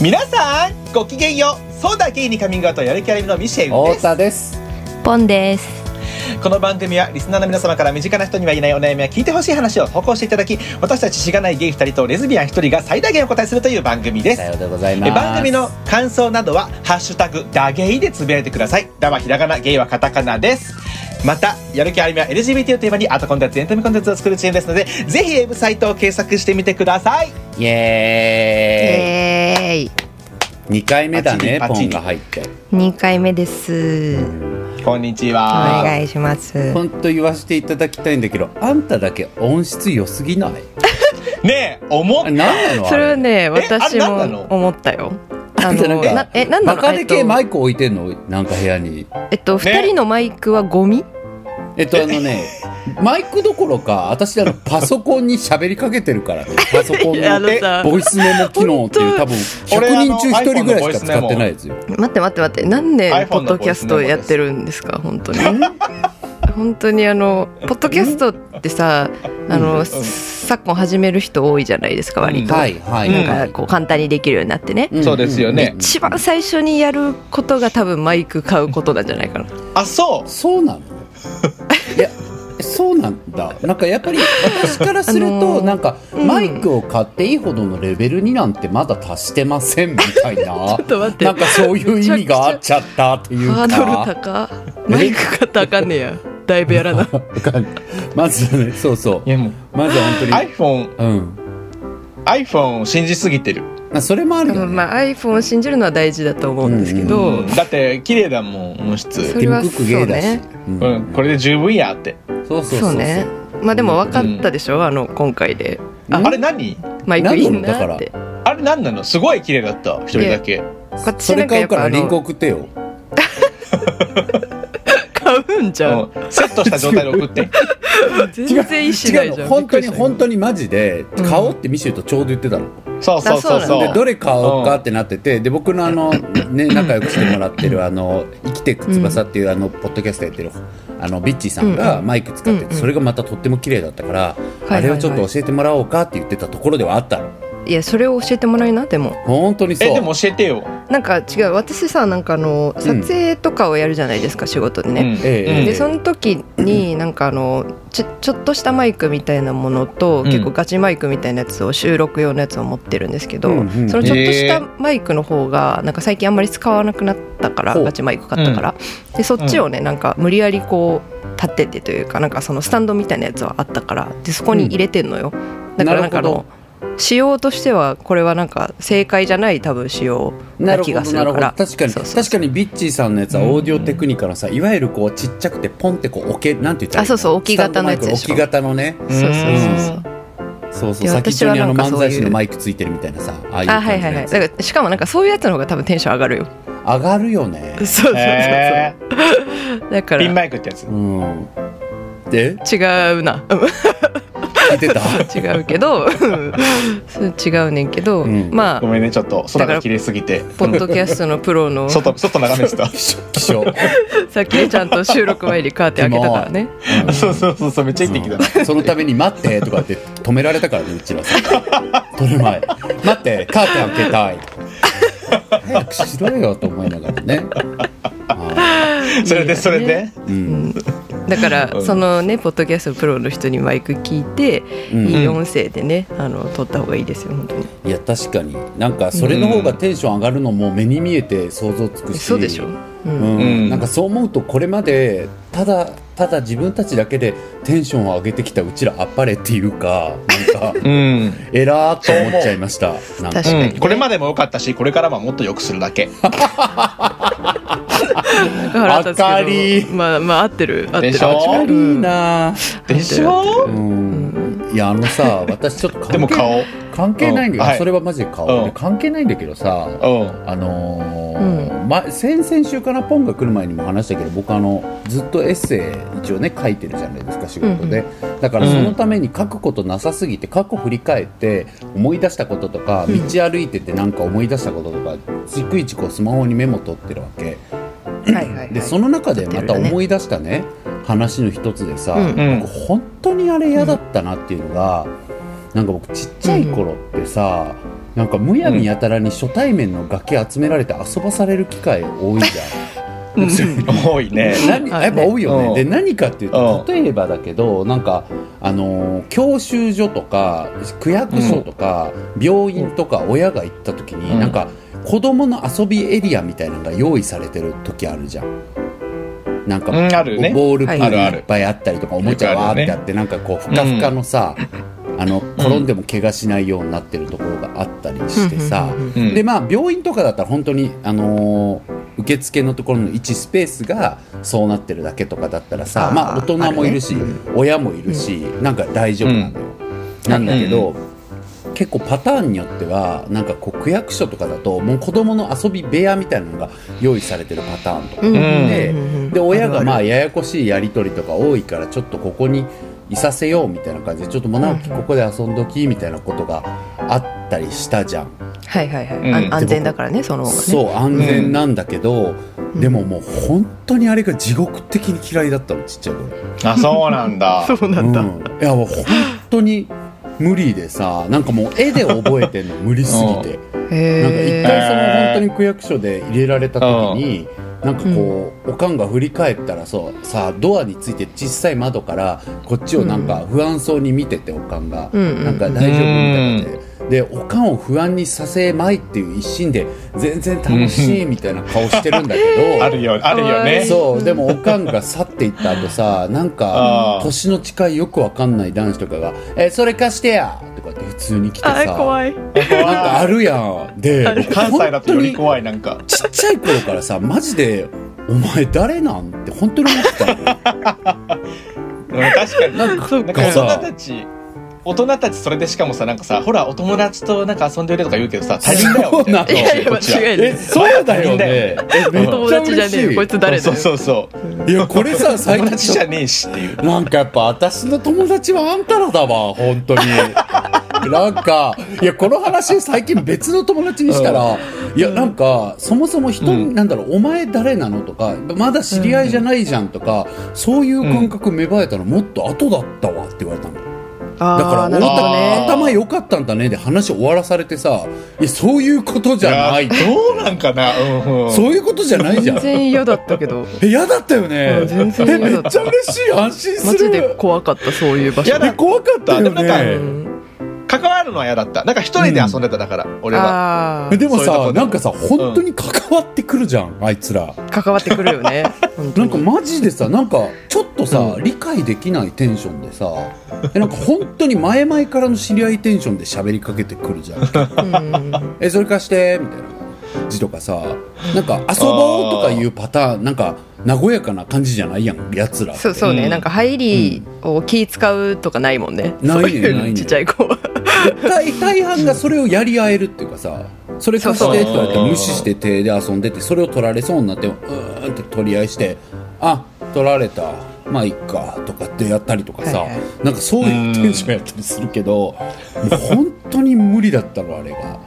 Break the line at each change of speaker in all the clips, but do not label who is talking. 皆さんごきげんようそうだゲイにカミングアウトやる気ありみのミシェウ
太
です
田です
ポンです。
この番組はリスナーの皆様から身近な人には言えないお悩みや聞いてほしい話を投稿していただき私たちしがないゲイ2人とレズビアン1人が最大限お答えするという番組です
さようでございます
え番組の感想などは「ハッシュタグダゲイ」でつぶやいてくださいダはひらがなゲイはカタカナですまたやる気ありみは LGBT をテーマにアートコンテンツエンタメコンテンツを作るチームですのでぜひウェブサイトを検索してみてください
イエ
えー
ーイ二回目だね
パ
ポ
チリパチリ
ンが入って
イ、2回目です。
こんにち
お
は
願いします。
本当言わせていただきたいんだけどあんただけ音質良すぎない
ねえ思っ
あれ何なの
それは
あ
ね、私
あれ何なの
も思ったよ。あ
んたなん
の、
か
なえ、なんだ
バ
ろ
カ
う
で
えっと
けえマイク置いてんのなんか部屋に
えっと、
ね
二人のマイクはゴミ
えっとあの ねマイクどころか私あのパソコンに喋りかけてるから ねパソコン
いやあのさ
のボイスメモ機能っていう多分
俺あ
100
の
人中1人ぐらいしか使ってないですよ
待って待って待って、なんで
iPhone の
ポッドキャストやってるんですか、本当に。 本当にあの、ポッドキャストってさ、あ
う
の、
ん
昨今始める人多いじゃないですか、割と。
はいはい
うん
は
なん
い
かこう簡単にできるようになってね。
ん
そうですよね
一番最初にやることが多分マイク買うことなんじゃないかな。
あそう
そう なのいやそうなんだなんかやっぱり私からすると、
あのー
なんか、
うん
マイクを買っていいほどのレベルになんてまだ達してませんみたいな
ちょっと待って
なんかそういう意味があっちゃったっていう
ハ
か
ードル高マイク買ったらあかんねやだいぶやらな
わかんないまずねそうそう
いやもう
まず本当に
iPhone
うん、
iPhone を信じすぎてる、
まあ、それもある
で
よ、ね
もまあ iPhone を信じるのは大事だと思うんですけど、
うんだって綺麗だもん音質
それは
ティム・クックゲイだし
う
うん
ん、これで十分やって
そうそうそう
そうねまあでも分かったでしょ、あの今回で
う
あ
ん
れ何
マイクいい
何なのだか
な
ら
って
あれ何なのすごい綺麗だった一人だけ
私
それ
なんか
買
や
う
っ
か
ぱ
ら
あ
リンク
の
送ってよ
買うんじゃん
うんセットした状態で 送って
全然意思な
違
いうじゃ
の
ん
本当に
びっくりした
本当にマジで
うん
買おうってミシェルとちょうど言ってたの、
そうそうそう
あそう
そ
な
で
う
どれ買おうかってなっててで僕のあの、ね、仲良くしてもらってる「あの生きてく翼」っていうあのポッドキャストやってるあのビッチーさん
うん
が
う
マイク使って
うん
て
うん
それがまたとっても綺麗だったから
いはい
あれをちょっと教えてもらおうかって言ってたところではあったの
いやそれを教えてもらいなでも
本当にそう
えでも教えてよ、
なんか違う私さなんかあの撮影とかをやるじゃないですか、仕事で
うん
ね、
ええ
でその時になんかあのちょちょっとしたマイクみたいなものと、
うん
結構ガチマイクみたいなやつを収録用のやつを持ってるんですけど、
うんうん
そのちょっとし
へ
た
ー
マイクの方がなんか最近あんまり使わなくなったから
ほう
ガチマイク買ったから、でそっちをねなんか無理やりこう立ててというかなんかそのスタンドみたいなやつはあったからでそこに入れてんのよ、だからなんかあ
なる
の仕様としてはこれはなんか正解じゃない多分仕様
な
な
るほ
気
ど
がす
な
る
るほ
か
ど
ら
確かに
そうそう
確かにビッチーさんのやつはオーディオテクニカのさいわゆるこうちっちゃくてポンってこう置けなんて言ったらいい
あそうそう置き型のやつでしょ
スタンドマイクの置き型のね
そうそ
そ
うそうそう
うそう
いや
先っちょにあの
私はなんか
漫
そういう
才師のマイクついてるみたいなさああいう
あ
感じ
はいはい
の
はい
やつ
だからしかもなんかそういうやつの方が多分テンション上がるよ
上がるよね
そうそうそうそ
へー
うだか
ピン
ら
マイクってやつ
うんで
違うな うん
聞いてた
違うけど うんそう違うねんけど、
うん
ま
ご
あ
めんねちょっと空が綺麗すぎて
ポッドキャストのプロ のさ
外外眺めてた
気象
っきねちゃんと収録前にカーテン開けたからね
そうそうそうそうめっちゃいいってきた
そのために「待って」とかって止められたからねうちらさ撮る前「待ってカーテン開けたい」早くしろよと思いながらねあ
それでそれで
ーうん
だから、
うん
そのねポッドキャストのプロの人にマイク聞いて、
うん
いい音声でねあの撮った方がいいですよ本当に
いや確かになんかそれの方がテンション上がるのも目に見えて想像つくし
そうでしょ、う
う
ん
ん
うん
なんかそう思うとこれまでただただ自分たちだけでテンションを上げてきたうちらあっぱれっていうかなんか
うん、
えらーっと思っちゃいましたなんか
確かにね
これまでも良かったしこれからはもっと良くするだけ
腹立つけど
明かり
まあまあ合ってる合ってる
でしょ
合ってるうん
な
でしょ
うんいやあのさ私ちょっと関係
でも顔
関係ないんだけど、
うんはい
それはマジで顔、
うん
関係ないんだけどさ、
うん
あのーま、先々週からポンが来る前にも話したけど僕あのずっとエッセイ一応ね書いてるじゃないですか仕事で、だからそのために書くことなさすぎて過去振り返って思い出したこととか道
ん
歩いててなんか思い出したこととか逐一こうスマホにメモ取ってるわけ
はいはい、はい、
でその中でまた思い出したね話の一つでさ、
うん
うん
僕本当にあれ嫌だったなっていうのが、なんか僕ちっちゃい頃ってさ、なんかむやみやたらに初対面の崖集められて遊ばされる機会多いじゃん。それ
多いね。
何
あ
やっぱ多いよね、
うん
で何かっていうと
う
例えばだけどなんか、あのー教習所とか区役所とか、病院とか親が行った時に、
うん
なんか子供の遊びエリアみたいなのが用意されてる時あるじゃん。なんか、
うんあるね
ボールプー
はい
ル
あるある
いっぱいあったりとか、おもちゃわーってあってなんかこうふかふかのさ、あの転んでも怪我しないようになってるところがあったりしてさ、
うんうんうん
うん
でまあ病院とかだったら本当にあのー受付のところの1スペースがそうなってるだけとかだったらさ
あー
まあ大人もいるし
ある
親もいるし、なんか大丈夫なんだよ、なんだけど、結構パターンによってはなんかこう区役所とかだともう子供の遊び部屋みたいなのが用意されてるパターンとか、
うん
うん
で
うん
で親がま
あ
あややこしいやり取りとか多いからちょっとここにいさせようみたいな感じでちょっともう直樹
うん
ここで遊んどきみたいなことがあったりしたじゃん。
るあるはいはいはい、
うん
あ
で僕
安全だからねその方がね
そう安全なんだけど、
うん
でももう本当にあれが地獄的に嫌いだったのちっちゃい頃
あ、そうなんだ。
そうなんだ、
うん、いやもう本当に無理でさなんかもう絵で覚えてんの無理すぎ て、なんか一
へえ
回その本当に区役所で入れられた時に、なんかこう、おかんが振り返ったらそうさあドアについて小さい窓からこっちをなんか不安そうに見てておかんが、
うんうん
なんか大丈夫みたいな感じででおかんを不安にさせまいっていう一心で全然楽しいみたいな顔してるんだけど、
あるよ、あるよね。
そうでもおかんが去っていった後さなんか
あー
年の近いよくわかんない男子とかが「えそれ貸してや!」とかって普通に来て
あー
さ
怖い
なんかあるやんで
関西だとより
本
怖い、なんか。
当にちっちゃい頃からさマジで「お前誰なん?」って本当に思ってたのよ
うん確かに。
なんか
なんか大人たち、大人たちそれでしかもさ、なんかさ、ほら、お友達となんか遊んでるとか言うけどさ、他人だよ。
そうなの
いやいや
こっちは
間違いない
えそうだよねえめっ
友
ちゃ
達じゃねえよこ
嬉
い
し
つ誰だ
そう
よ
そうそう。
いいやこれさ最
友
近
達じゃねえしっていう。
なんかやっぱ私の友達はあんたらだわ、本当に。なんか、いや、この話最近別の友達にしたら、いや、なんか、そもそも人に、
うん
なんだろう、お前誰なのとか、まだ知り合いじゃないじゃんとか、そういう感覚芽生えたのもっと後だったわって言われたの。だ
あ
か
ー
ら、
な
お
る
思
ほ
った
ど
前
ね
頭良かったんだねで話終わらされてさ、いや、そういうことじゃない。
やどうなんかな。うんうん。
そういうことじゃないじゃん
全。然嫌だったけど
え嫌だったよ
う
ね
ん。全然
え
嫌
め
だ
っ
った
ちゃ嬉しい、安心
マ
す
ジ
る。
で怖かったそういう場所
嫌だ
え怖かったよ
でもなん
ね
か。関わるのは嫌だった。なんか一人で遊んでた、だから、俺は。
あ
えでも
そういうと
さ
こで
なんかさ本当に関わってくるじゃん、あいつら
あ関わってくるよね本当
なん
に
かマジでさなんかちょっとさ、理解できないテンションでさえなんか本当に前々からの知り合いテンションで喋りかけてくるじゃん
うん
えそれ貸してみたいな字とかさなんか遊ぼうとかいうパターンなんか和やかな感じじゃないやんやつら
そうそうね、
うん
なんか入りを気使うとかないもんね、
ないね
そういう
ないね
ちっちゃい子は
大大半がそれをやり合えるっていうかさそれ貸してって言われて無視して手で遊んでてそれを取られそうになってうーんって取り合いしてあ取られたまあいっかとかってやったりとかさ、
はいは
なんかそういうテンションやったりするけどもう本当に無理だったのあれが。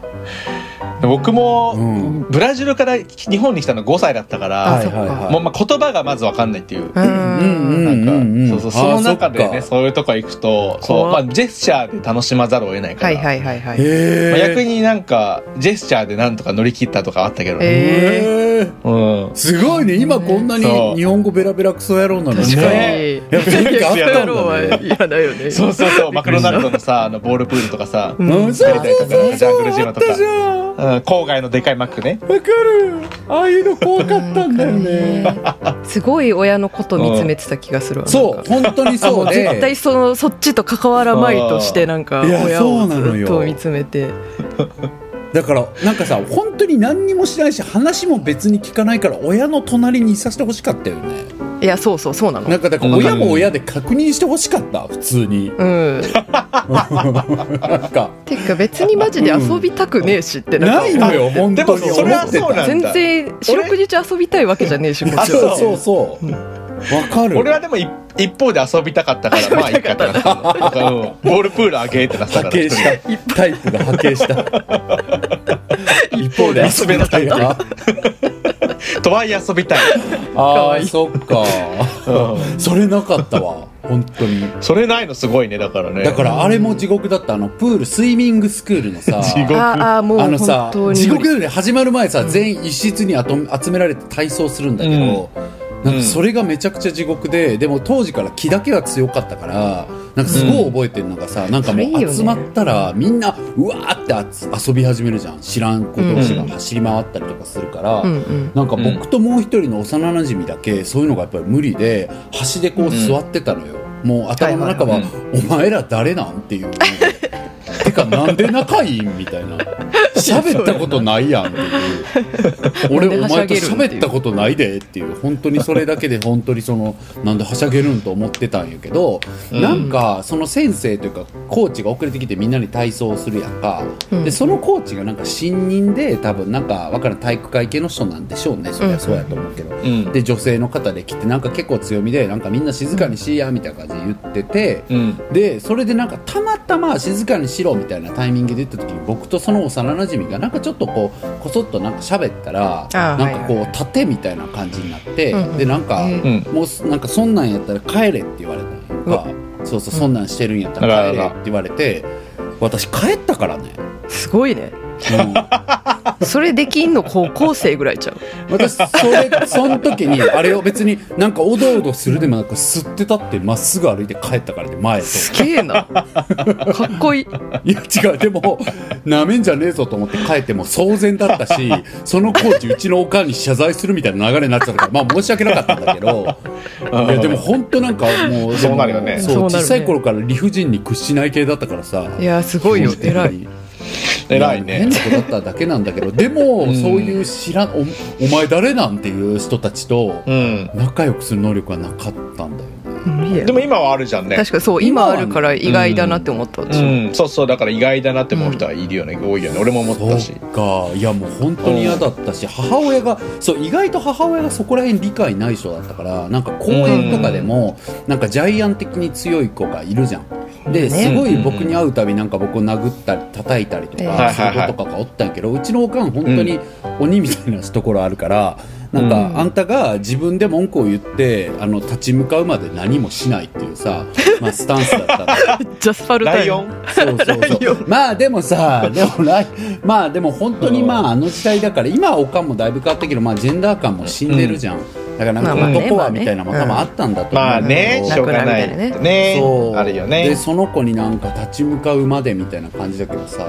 僕も、
うん
ブラジルから日本に来たの5歳だったから、
あ
はいはいはい
もうまあ言葉がまずわかんないっていう。
うん
うん
なんか、
うんうん
そうそう、その中で
あ
ね、
そっか
そういうとこ行くと、そう、ま
怖っ
あ、ジェスチャーで楽しまざるを得ないか
は
ら。
いはいはいはい
へ
まあ、
ー
逆になんか、ジェスチャーでなんとか乗り切ったとかあったけどね。
へー
うん。
すごいね今こんなに
そう
日本語ベラベラクソ野郎なの
確か
ね
に
やっぱ雰囲気あったんだね
野郎は嫌だよね
そうそうそう、マクドナルドのさ、あの、ボールプールとかさ、
ん
うんそうそうそうそう
ジャングルジムとか
あったじゃん
うん、郊外のでかいマックね。
わかるああいうの怖かったんだよね
なんかねすごい親のこと見つめてた気がするわ
そ
なん
う
か
本当にそうで
絶対そのそっちと関わらまいとしてなんか
いや
親
そう
を
なの
ず
よ
っと見つめて
だからなんかさ本当に何にもしないし話も別に聞かないから親の隣にいさせてほしかったよね
いやそうそうそうなの
なんかだから
うん
親も親で確認してほしかった普通に
うん
なんか
てか別にマジで遊びたくねえしってなんか
ないのよ本
で
当
も、
に
それはそうなん
全
だ。
然四六時中遊びたいわけじゃねえしも
あ
ちろ
そ
ん
うそうそうわかる
俺はでもい一方で遊びたかったから、まあいいかってなった のうんボールプールあげーってなってた
波形
から。
したタイプが波形した一方で遊べなかった
とはいえ遊びたい。
あーそっか
うん
それなかったわ本当に
それないのすごいねだからね
だからあれも地獄だったあのプールスイミングスクールのさ
地獄
ああもう
あの
本
さ
当に
地獄より始まる前さ、全員一室にあと集められて体操するんだけど、
ん
なんかそれがめちゃくちゃ地獄ででも当時から気だけは強かったからなんかすごい覚えてるのがさ、なんか
それいい
も
よ
う
ね
集まったらみんなうわーってあつ遊び始めるじゃん知らん子同士が
うん
走り回ったりとかするから。
うんうん
なんか僕ともう一人の幼馴染だけそういうのがやっぱり無理で端でこう座ってたのよ、もう頭の中は
はいはい
「お前ら誰なん?」っていう。てかなんで仲いいんみたいな喋ったことないやんっていう俺お
なんではし
前
ゃ
と
げるんっ
喋っ
ていう
たことないでっていう本当にそれだけで本当にそのなんではしゃげるんと思ってたんやけど、
うん
なんかその先生というかコーチが遅れてきてみんなに体操をするやんか、
うん
でそのコーチがなんか新任で多分なんかわからん体育会系の人なんでしょうねそりゃそうやと思うけど、
うん
で女性の方で来てなんか結構強みでなんかみんな静かにしいやみたいな感じで言ってて、
うん
でそれでなんかたまたま静かにしろみたいなタイミングで言った時に僕とその幼馴染がなんかちょっとこうこそっとなんか喋ったら
あー
なんかこ
は
う盾みたいな感じになって、
うんうん
でなんか、
うん
うん
もうすなんかそんなんやったら帰れって言われたの
う
よ
わ
そうそうそんなんしてるんやったら帰れって言われて私帰ったからね、
すごいね
うん、
それできんの高校生ぐらいちゃう
私それその時にあれを別になんかおどおどするでもなんか吸ってたってまっすぐ歩いて帰ったからで前へと
すげえなかっこいい
いや違うでもなめんじゃねえぞと思って帰っても騒然だったしそのコーチうちのおかんに謝罪するみたいな流れになってたからまあ申し訳なかったんだけ どいやでも本当なんかもう
そうなるよね
そう
そうなるね
小さい頃から理不尽に屈しない系だったからさ
いやすごいよ
基本
偉
的
い
に
偉い
変
ね
な子だっただけなんだけどでも、そういう知らんおお前誰なんていう人たちと
うん
仲良くする能力はなかったんだよね
無理や
でも今はあるじゃんね
確かにそう
今
今
は
あるから意外だなって思った私
うんそうそうだから意外だなって思う人はいるよね多いよね俺も思ったし
そうかいやもう本当に嫌だったし母親がそう意外と母親がそこら辺理解ない人だったからなんか公園とかでもなんかジャイアン的に強い子がいるじゃん。で
ね
すごい僕に会うたびなんか僕を殴ったり叩いたりと
ええ
かそういう子とかがおったんやけどうちのおかん本当に鬼みたいなところあるから。なん
う
かあんたが自分で文句を言ってあの立ち向かうまで何もしないっていうさ、まあ、スタンスだったんだけど
ジャスファル
ラ
タイ
イオ
ム
ン
そうそうそうまあでもさでもライまあでも本当にまああの時代だから今はおかんもだいぶ変わったけどまあジェンダー感も死んでるじゃん、だからなん
まあ
か
まあね
男は
まあね
みたいなのも多分あったんだと思う
まあ
んだけ
ね
ど
しょうがない
なくなるみたいな
ね
そう
あるよ
で
ね
その子になんか立ち向かうまでみたいな感じだけどさ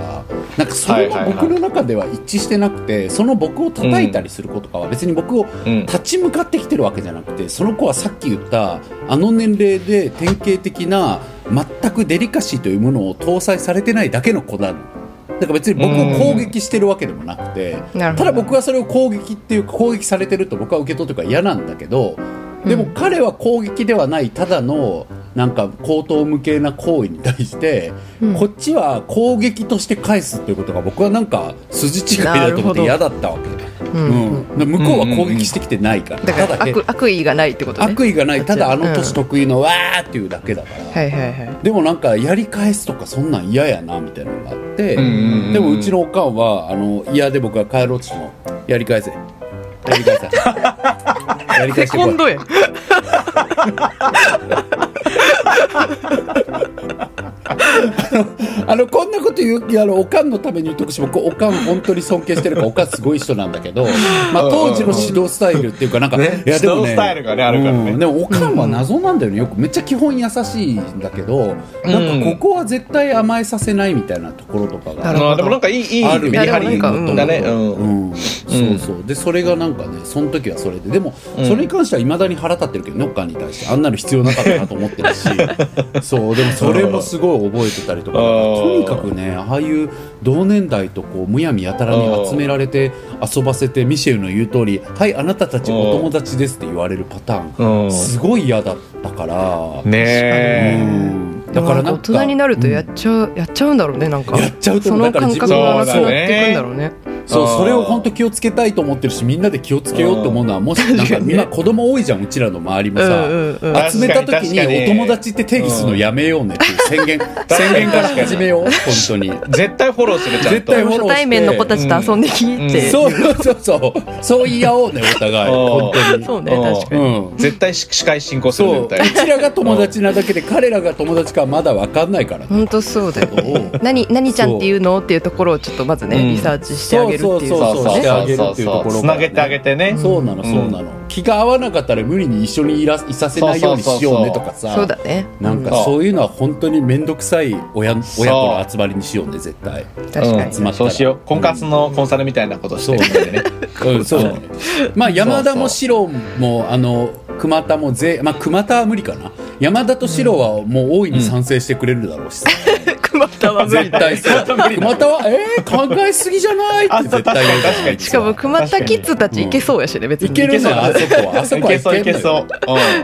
なんかそれ
はい
は
はいはい
僕の中では一致してなくてその僕を叩いたりする子とかは別に僕を
うん
立ち向かってきてるわけじゃなくてその子はさっき言ったあの年齢で典型的な全くデリカシーというものを搭載されてないだけの子なのだから別に僕を攻撃してるわけでもなくて
なる
た
ほど
だ僕はそれを攻撃っていうか攻撃されてると僕は受け取ってるから嫌なんだけどでも
うん
彼は攻撃ではないただのなんか口頭無形な行為に対して、
うん
こっちは攻撃として返すっていうことが僕はなんか筋違いだと思って嫌だったわけ。
うんうん
うん、向こうは攻撃してきてないから、
だか
た
ら
だへ
悪悪意がないってことね
悪意がないただあの
うん
年得意のわーっていうだけだから、
はいはいはい
でもなんかやり返すとかそんなん嫌やなみたいなのがあって、
うんうんうん
でもうちのおかんはあの嫌で僕が帰ろうとしてもやり返せやり返せやり返
セ
してこ
コン
い
ドへ
あのこんなこと言うあのおかんのために言っとくし僕おかん本当に尊敬してるからおかんすごい人なんだけど、 まあ、当時の指導スタイルっていうかなんか、
ね
いやでも
指導スタイルがねあるからね
うんでもおかんは謎なんだよねよくめっちゃ基本優しいんだけど、なんかここは絶対甘えさせないみたいなところとかが
な
あ
るほど
ーでもなんかいいいい
ある
メリハリ
いやでもなん
だ
か
ねうん
うん、そうそうでそれがなんかねその時はそれででも、それに関してはいまだに腹立ってるけどノッカーに対してあんなの必要なかったなと思ってるしそうでもそれもすごい覚えてたりとか
あー
とにかくねああいう同年代とこうむやみやたらに集められて遊ばせてミシェルの言う通り「はいあなたたちお友達です」って言われるパター
う
ン
ん
すごい嫌だったから、
ねえ
うん
で
だ
も
から
なん
な
か
ん
大
か
人になるとやっちゃうやっちゃうんだろうねなんか
やっちゃうと
そ
思う
の
だから
感
自
覚
分
は
がなくなっていくんだろうね
そう
あー
それを本当気をつけたいと思ってるしみんなで気をつけようと思うのはもしなん
確か
か
にね
今子供多いじゃんうちらの周りも
う
さ、
んうんうん
あ
集めた時
確かに
に
確かに
お友達って定義するのやめようねっていう宣言宣言から始めよう本当に
絶対フォローするちゃん
絶
と
対フォローして
初対面の子たちと遊んでき
うん
て、
そうそうそうそう言い合おうねお互い本当に
そうね確かに
うん
絶対司会進行する
そう
み
う
たいな
ちらが友達なだけで彼らが友達かはまだ分かんないから
本当そうだよね何何ちゃんっていうのっていうところをちょっとまずね、
うん
リサーチしてあげるっていう
そうそうそう
ね
してあげるっていうところ
つなげてあげてね
そうなのそうなの、気が合わなかったら無理に一緒にいらいさせないようにしようねとかさ
そうだね
なん
う
かそういうのは本当に面倒くさい親親子
そう
の集まりにしようね絶対
ん確かに、
うん
そうしよう婚活のコンサルみたいなことしてるんでね
うんそう だねまあ山田も四郎もあの熊田もぜまあ熊田は無理かな山田と四郎はもう大いに賛成してくれるだろうし、
熊田は無理
絶
だ
対そう熊田はえー、考えすぎじゃないって絶対言う
確かに
しかも熊田キッズたちいけそうやしね別に
いけるね あそこはあそ
い
こは
けそういけ
の
そ
よ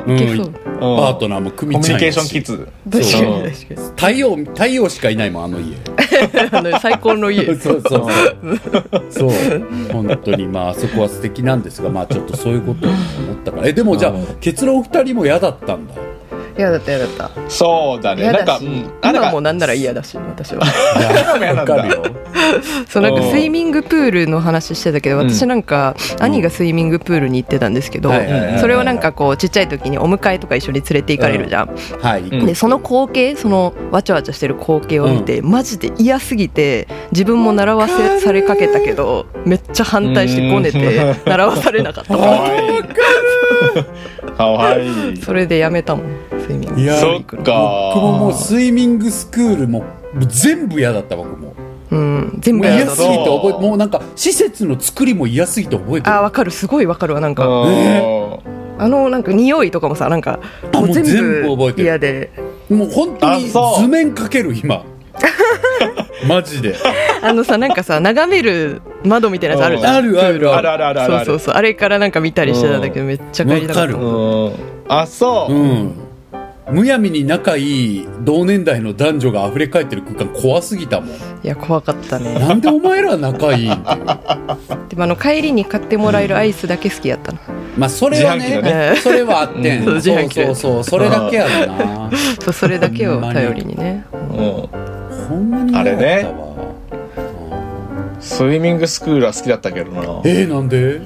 う
う
い
ん
けそう
パ
パートナーも組
コミ
ち
ュ
ゃ
ニ
ん
ケー
や
ション
し
キッズ
確か
そう
に確か
太陽太陽しかいないもんあの家
にあの最高の家
そうそう そう。そう。本当に、まあ、あそこは素敵なんですが、まあ、ちょっとそういうことを思ったから。え、でもじゃあ
うん、
結論二人も嫌だったんだ。
嫌だった嫌だった
そうだね
嫌
なんか
だし、
うんあな
今も
んか
なんなら嫌だし私は
今も嫌なんだ
わかるよ。
そうなんか
うん
スイミングプールの話してたけど
うん
私なんか兄がスイミングプールに行ってたんですけど、
はいはいはいはい
それをなんかこうちっちゃい時にお迎えとか一緒に連れて行かれるじゃん、
はい。
うん
でその光景そのわちゃわちゃしてる光景を見て、マジで嫌すぎて自分も習わ
わか
せ
る
されかけたけどめっちゃ反対してこねて習わされなかった
か
もん
わいいかわいい
それでやめたもんスイミング
いや
そっか
僕ももう、スイミングスクールも、全部嫌だった、僕も。
うん、全
も
部
う
嫌
嫌
だ
すぎて覚え
そう
もうなんか、施設の作りも嫌すぎて覚えてる
あ。わかるすごいわかるわなんか
うん
あのなんか匂いとかもさなんか
あ
もう
もう
全
全部覚え
部
てる
嫌で
もう本当に
あそう
図面かける、 今。マジで。
あのさなんかさ眺める窓みたいなやつあるじゃん
あるある
あ
ある。
るあるあるある
そう
あ
そう
る
そうあれからなんか見たりしてたんだけどめっちゃ帰りたかった
わかる
うんあそう
うん、むやみに仲いい同年代の男女が溢れ返ってる空間怖すぎたもん
いや怖かったね
なんでお前ら仲 いいんっていう
でもあの帰りに買ってもらえるアイスだけ好きやったな
まあそれは
自販
ね
機だ
ね
それはあって ん、
うん自
そ
販
う
機だ
そうそうそれだけやろな
そうそれだけを頼りにね
うん
ほんまに嫌だったわ
スイミングスクールは好きだったけどな
えー、なんで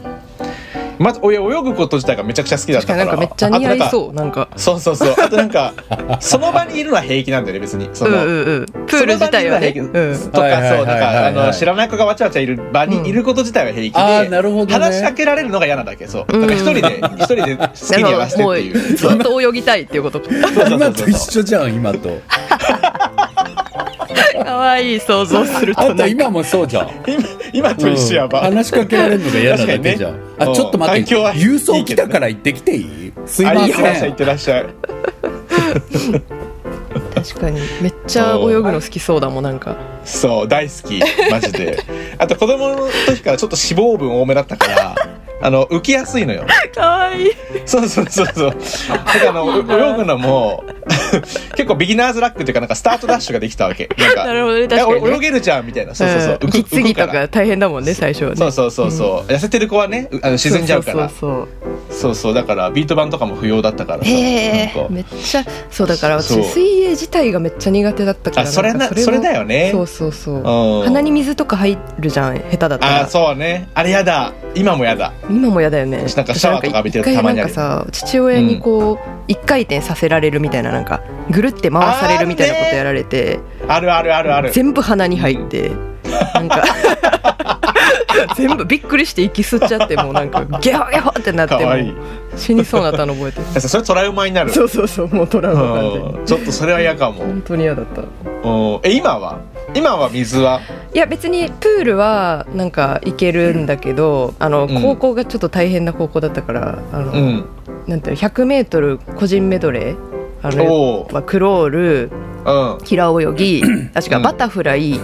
まず俺泳ぐこと自体がめちゃくちゃ好きだっ
確
たか
か
ら
になんかめっちゃ似合い
あとなんか
そう
そう
なんか
そうそうあとなんか その場にいるのは平気なんだよね別にそ
うん
の、
うんうんプール自体はね
その
う
場にいるのは平気
ん
と
はいはい
か
はい
そうなんかあ
はいは
の
い
知らない子がわちゃわちゃいる場にいること自体は平
う
気で、
んあーなるほどね
話しかけられるのが嫌なんだっけそうだ
う
か
ん
ら一人で一人で好きにやらせてってい
なんかも
うそう
ずっと泳ぎたいっていうことか
うそうそうそう
今と一緒じゃん今と
かわいい想像する
あ
と
んた
なんか
今もそうじゃん
今今と一緒やば、
うん話しかけられるのが嫌なだけじゃん、
確かにね
あちょっと待って
うん環境はいい
郵送来たから行ってきていいすい
あ
ま
いい話
せ
行
ん
ってらっしゃい
確かにめっちゃ泳ぐの好きそうだもんなんか
そう大好きマジであと子供の時からちょっと脂肪分多めだったからあの浮きやすいのよ
かわいい
そうそうそうそう。だからあの、う泳ぐのも、 結構ビギナーズラックっていうか、なんかスタートダッシュができたわけ。なんか、
なるほどね確かに
えお
ね
泳げるじゃんみたいな。そうそうそう。
ん
浮く
息継ぎと。
浮
か
く
大変だもんね最初は
らそう
ね
そうそうそう、痩せてる子はね、うあの沈んじゃうから。そう
そうそう
そうだから、ビート板とかも不要だったから
そうへ
なん
え
か
めっちゃそうだから
そう
私水泳自体がめっちゃ苦手だったから
あ、それ
なん
な、
か
それ
も
だよね。
そうそうそう
うん
鼻に水とか入るじゃん下手だった
あ
ら
ー、そうね。あれやだ。今もやだ。
今もやだよね
なんかシャワーとか浴びてるとたまにある
私なんか一回なんかさ父親にこう一回転させられるみたいななんかぐるって回されるみたいなことやられて
あるあるあるある。
全部鼻に入ってな んか全部びっくりして息吸っちゃってもうなんかギャーギャーってなっ
か
て
わいい
も。う死にそうなったの 覚えてる
それトラウマになる。
そうそうそうもうトラウマなんで
うんちょっとそれは嫌かも。
本当に嫌だった
うんえ、今は今は水はい
や別にプールはなんか行けるんだけど、あの
うん
高校がちょっと大変な高校だったからあの、
うん。
なんていうの 100m 個人メドレーあの
おお
まあクロール
うん。
平泳 ぎ確か
うん
バタフライ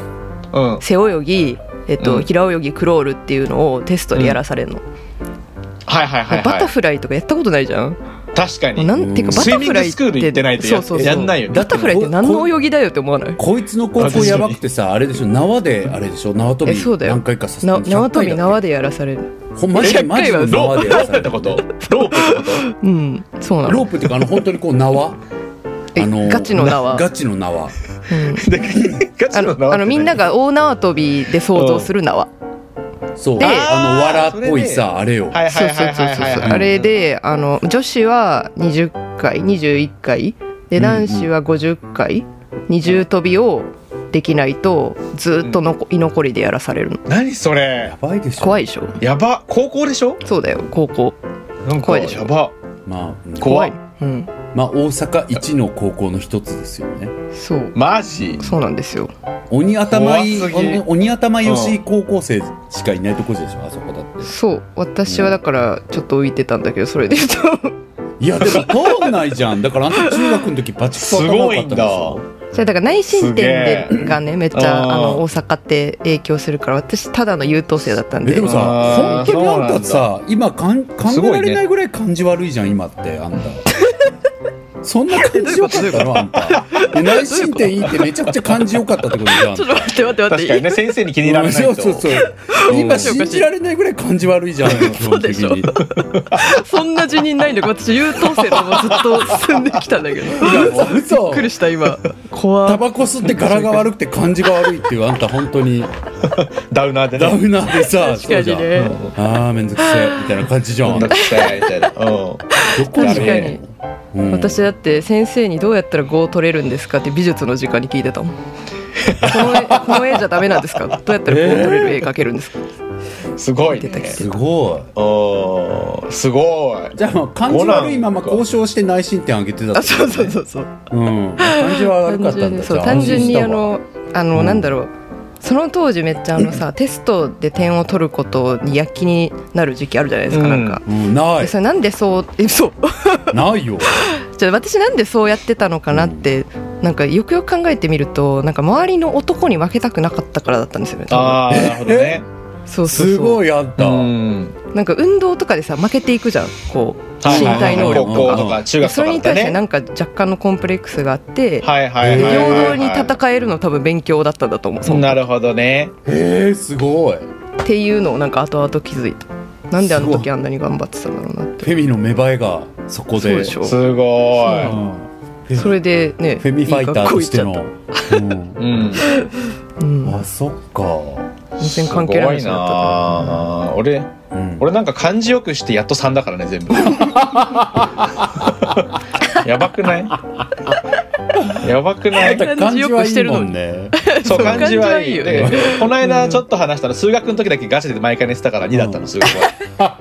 うん。
背泳ぎ、えっと
うん
平泳ぎクロールっていうのをテストでやらされるの、
はいはいはい、はい。
バタフライとかやったことないじゃん
確か
もう
に
なんていうかバ
スイ
タ
ミン
フ
グ
ライ
スクール行ってないとや
そうそうそう
やんないよね
バタフライって何の泳ぎだよって思わない
こいつの高校やばくてさあれでしょ縄であれでしょ縄跳
えそう
び
だよ
何回かさせ
な縄跳び縄
で
でやらされる
ほんマジで
100
マジ
回は
で
ロ
縄
ー
で
プ
や
ロ
ら
ー
さ
プっ
れ
て
た
ことロープってこ
うんそうなの
ロープっていうかあの本当にこう縄
えガチの縄
なガチの縄
うん
とでガチ
あ
の縄って
のあのみんなが大縄跳びで想像する縄
そう
で
あのわら
あー
っぽいさあれよ
はいは
そ
いうは
そう
い
そう
はい
そう
はい
そう
はい
あれであの女子は20回21回で
うんうん
男子は50回二重跳びをできないとずっとのこ居残りでやらされるの
何それ
やばいでしょ
怖いでしょ
やば高校でしょ
そうだよ高校
なんか
怖いでしょ
やば
まあうん
怖い
うん
まあ大阪一の高校の一つですよね
そう
マジ
そうなんですよ
鬼頭い
怖すぎ
鬼鬼頭よし高校生しかいないとこじゃでしょあそこだって
そう私はだからちょっと浮いてたんだけどそれで言うと
いやでも通んないじゃんだからあんた中学の時バチクソ頭良かったんです
すご
よ
い
それだから内申点
す
でがねめっち
あ
ゃ
ー
あの大阪って影響するから私ただの優等生だったん
え
で
でもさ
あー
本当にあんたさ今かん考
すごい
え
ね
られないぐらい感じ悪いじゃん今って あんたそんな感じよかったのあんたえ内申点いいってめちゃくちゃ感じよかったってことじゃん
ちょっと待って待って待
確
っ
かに
て
ね先生に気に入られない
そ
と
うそうそう
うん
今信じられないぐらい感じ悪いじゃんそう
でしょそんな辞任ないんだから私優等生のままずっと進んできたんだけどびっ
嘘
くりした今怖
タ
っ
バコ吸って柄が悪くて感じが悪いっていうあんた本当に
ダウナーで
ダ
ね
ウナーでさ
確かに
そうじゃん
ね
あーめんどくせえみたいな感じじゃん
め
あ
ん
ん
ど
た
くさいみたいなうん
どこに
確かに
うん
私だって先生にどうやったら5を取れるんですかって美術の時間に聞いてたもんこの絵この絵じゃダメなんですかどうやったら5を取れる絵描けるんですか、
すごいね
出てきて
すごい
おすごい
じゃあまあ感じ悪いまま交渉して内申点上げてた
あ
ってこと
そう
ね
そうそうそう
うん感じは悪かったんだ
そう
じゃあ
単純にあ
安心したわ
のあの、
うん
なんだろうその当時めっちゃあのさテストで点を取ることに躍起になる時期あるじゃないですか、
うん
なんか
うんな
でそれなんでそうえそう
い ないよ
じゃあ私なんでそうやってたのかなって、なんかよくよく考えてみるとなんか周りの男に負けたくなかったからだったんですよね多分
ああなるほどね
そうそうそう
すごいあんた
うん
なんか運動とかでさ負けていくじゃんこう
はい
身体能力
高校とか中
で
学
そ
とかだっ
れに
た
対して
ね
なんか若干のコンプレックスがあって、
はいはい
で
はいはいはい
平等に戦えるの多分勉強だったんだと思うその
なるほどね
へえすごい
っていうのをなんか後々気づいたなんであの
すご
時
い
あんなに頑張ってたんだろうなって
フェミの芽生えがそこで
そうでしょ
すご
うんフ
い
ェ
それでね
フェミファイターとして
いい
の
学校行っ
うん
うん
ちゃったうん
あそっか
全然関係ない話
すご
に
い
なっ
なあ俺
うん
俺なんか漢字よくしてやっと3だからね全 部やばくないやばくな
あん
い
た感じはいいもんね
そう
そう
漢字はいい
漢字はいいよ
でこの間ちょっと話したら数学の時だけガチで毎回寝てたから2だったの数学は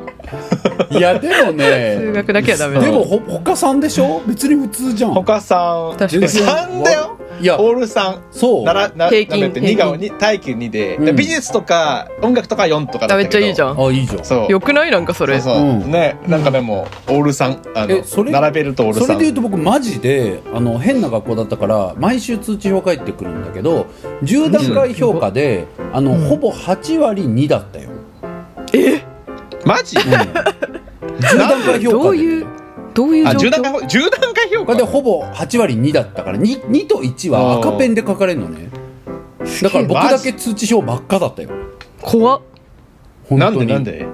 い
やでもね
数学だけはダメ
だ
でもほ他さんでしょ別に普通じゃん
他3
確かに
3だよ
いや
オール3
そう
ならな
平均
なめて
平
2
均
が2体級2で、
うん
美術とか音楽とか4とかだ
た
った
め
け
っ
ど
ちゃいいじゃん
あいいじゃん
そう
よくないなんかそれ
そうそう、
うん
ねなんかでもオール3あの
えそれ
並べるとオール
それでいう
3
と僕マジであの変な学校だったから毎週通知表帰ってくるんだけど10段階評価であの、
うん
ほぼ8割2だったよ、
マジ
うん、10段階評
ど
価
う
で
いうどういう
あ
状
10段
況
階10段階評
こ
価
れでほぼ8割2だったから 2, 2と1は赤ペンで書かれるのねだから僕だけ通知表真っ赤だったよ
怖っ
本
な
当
んで
に
なんで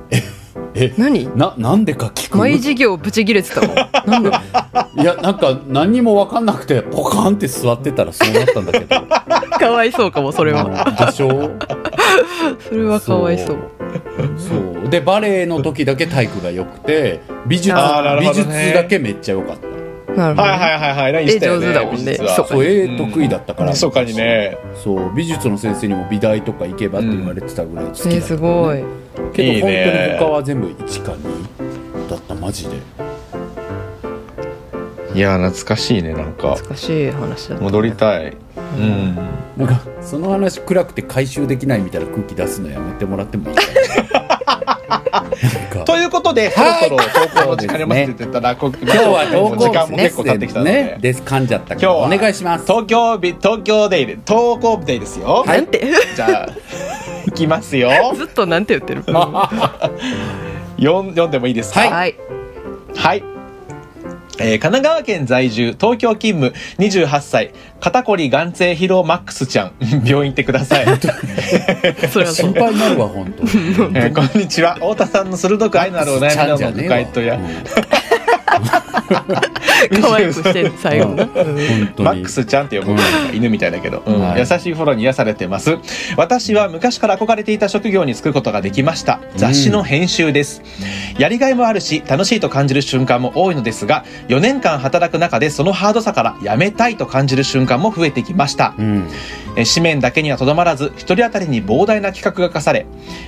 え
何
ななんでか聞く
毎授業ブチ切れてた のなんだ
いやなんか何にも分かんなくてポカンって座ってたらそうなったんだけど
かわいそうかもそれは
うんでしょ
それはかわいそう
そうそうでバレエの時だけ体育が良くて美術
あーなる
美
ほどね
術だけめっちゃ良かった
なるほど
はいはいはいはい何してたよね
絵上手だもんね
美術は
そう
そう絵得意だったから、
密かにね
そう美術の先生にも美大とか行けばって言われてたぐらい好きだった、
えーすごい
けど
い
本
い
当
ね
に他は全部1か2だったマジで
いや懐かしいねなんか
懐かしい話だった
戻りたいうん
なんかその話暗くて回収できないみたいな空気出すのやめてもらってもいいかななんか
ということで、そろそろ投稿の時間にませてったら、今
今日は投稿
時間も結構経ってきたので、
ねです噛んじゃったか
今
ら
日は
お願いします
東京日東京デイで投稿デイですよ。
なんて
じゃあ いきますよ。
ずっとなんて言 ってる
読ん読んでもいいですか。
はい
はい
はい。えー神奈川県在住、東京勤務、28歳、肩こり眼性疲労マックスちゃん、 病院行ってください。
それはそ
心
う
配になるわ本当。
えーこんにちは。太田さんの鋭く愛のあるお悩みなどのご回答や、
可愛くしてる最後な
本当に。
マックスちゃんって呼ぶ犬みたいだけど、うん
はい
優しいフォローに癒されてます。私は昔から憧れていた職業に就くことができました。雑誌の編集です。やりがいもあるし、楽しいと感じる瞬間も多いのですが、4年間働く中でそのハードさからやめたいと感じる瞬間も増えてきました。
うん。
えー紙面だけにはとどまらず、一人当たりに膨大な企画が課され、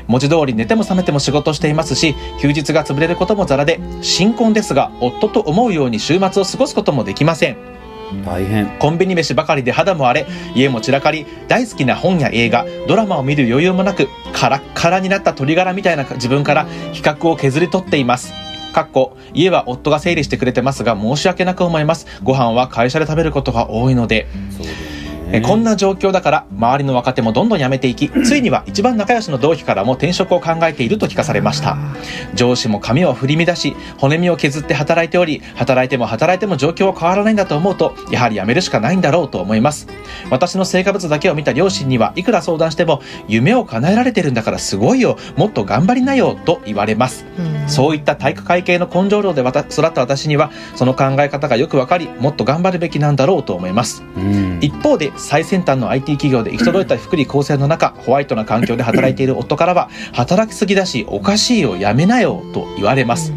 文字通り寝ても覚めても仕事していますし、休日が潰れることもザラで、新婚ですが、夫と思うように週末を過ごすこともできません。
大変。
コンビニ飯ばかりで肌も荒れ、家も散らかり、大好きな本や映画、ドラマを見る余裕もなく、カラッカラになった鶏ガラみたいな自分から比較を削り取っています。かっこ家は夫が整理してくれてますが申し訳なく思います。ご飯は会社で食べることが多いので、
そうだよね
えこんな状況だから周りの若手もどんどん辞めていきついには一番仲良しの同期からも転職を考えていると聞かされました上司も髪を振り乱し骨身を削って働いており働いても働いても状況は変わらないんだと思うとやはり辞めるしかないんだろうと思います私の成果物だけを見た両親にはいくら相談しても夢を叶えられてるんだからすごいよもっと頑張りなよと言われます
うん
そういった体育会系の根性量でわた育った私にはその考え方がよくわかりもっと頑張るべきなんだろうと思います
うん
一方で最先端の IT 企業で行き届いた福利厚生の中ホワイトな環境で働いている夫からは働きすぎだしおかしいよやめなよと言われます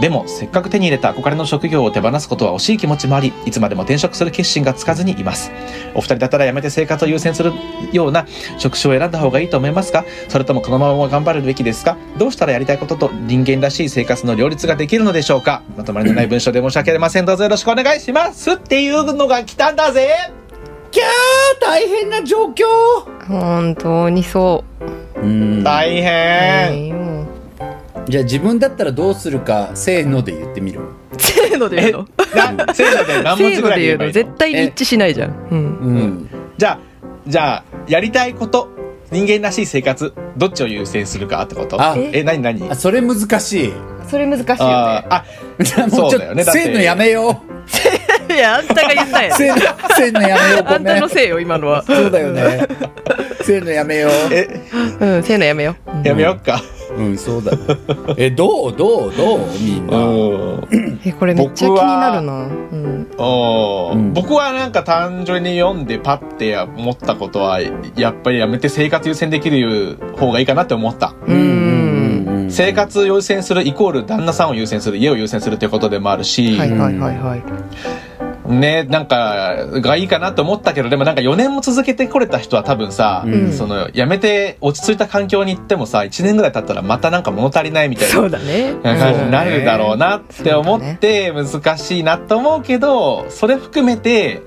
でもせっかく手に入れた憧れの職業を手放すことは惜しい気持ちもありいつまでも転職する決心がつかずにいますお二人だったらやめて生活を優先するような職種を選んだ方がいいと思いますかそれともこのまま頑張るべきですかどうしたらやりたいことと人間らしい生活の両立ができるのでしょうかまとまりのない文章で申し訳ありませんどうぞよろしくお願いしますっていうのが来たんだぜ
きゃー大変な状況。
本当にそ
うん。
大
う、
変、
ええよ
じゃあ自分だったらどうするかせーので言ってみる。
せーので言うの
なせーので何文
せ
字ぐ
ーの
らい言
で言
えば
う
い
の
いの
絶対に一致しないじゃん、うん、
うん。
じゃあじゃあやりたいこと人間らしい生活どっちを優先するかってこと
あ
え何何
あそれ難しい。
それ難しい
あーあ
じゃあもう
そ
ちょっ
うだよ
と
ねだって
せーのやめよ
ね いやあんたが言ったん
う。
や
せーのせーのやめよう
あ
ご
ん
め
た
ん
の。せいよ今のは
そうだよね。せーのやめよう。
え
うんせーのやめよう、うん
やめよっか、
うんそうだ、ね。えどうどうどうみん
う
な。
ん
えこれめっちゃ気に
僕は
なるな、うん、
おー
うん
僕はなんか単純に読んでパッて思ったことはやっぱりやめて生活優先できる方がいいかなって思った、
うんうん
うん
生活優先するイコール旦那さんを優先する家を優先するってことでもあるし、
はいはいはいはい
ねなんかがいいかなと思ったけどでもなんか4年も続けてこれた人は多分さ、
うん
そのやめて落ち着いた環境に行ってもさ1年ぐらい経ったらまたなんか物足りないみたいな
そうだね
な感じになるだろうなっ
そう
て
ね
思って難しいなと思うけどそれ含めて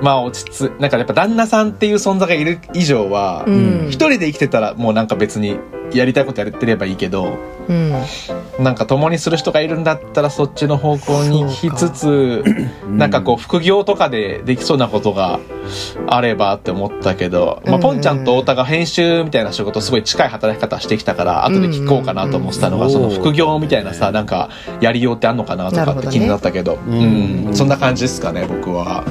まあ落ち着なんかやっぱ旦那さんっていう存在がいる以上は
うん
一人で生きてたらもうなんか別にやりたいことやってればいいけど
うん
なんか共にする人がいるんだったらそっちの方向に行きつつ
うん
なんかこう副業とかでできそうなことがあればって思ったけど、ま
う
あ、
ん
ポンちゃんと太田が編集みたいな仕事すごい近い働き方してきたから後で聞こうかなと思ってたのが、
うん
その副業みたいな
お
さ
ー
なんかやりようってあんのかなとかって気になったけど
るほどね
うん
うん
そんな感じですかね僕は。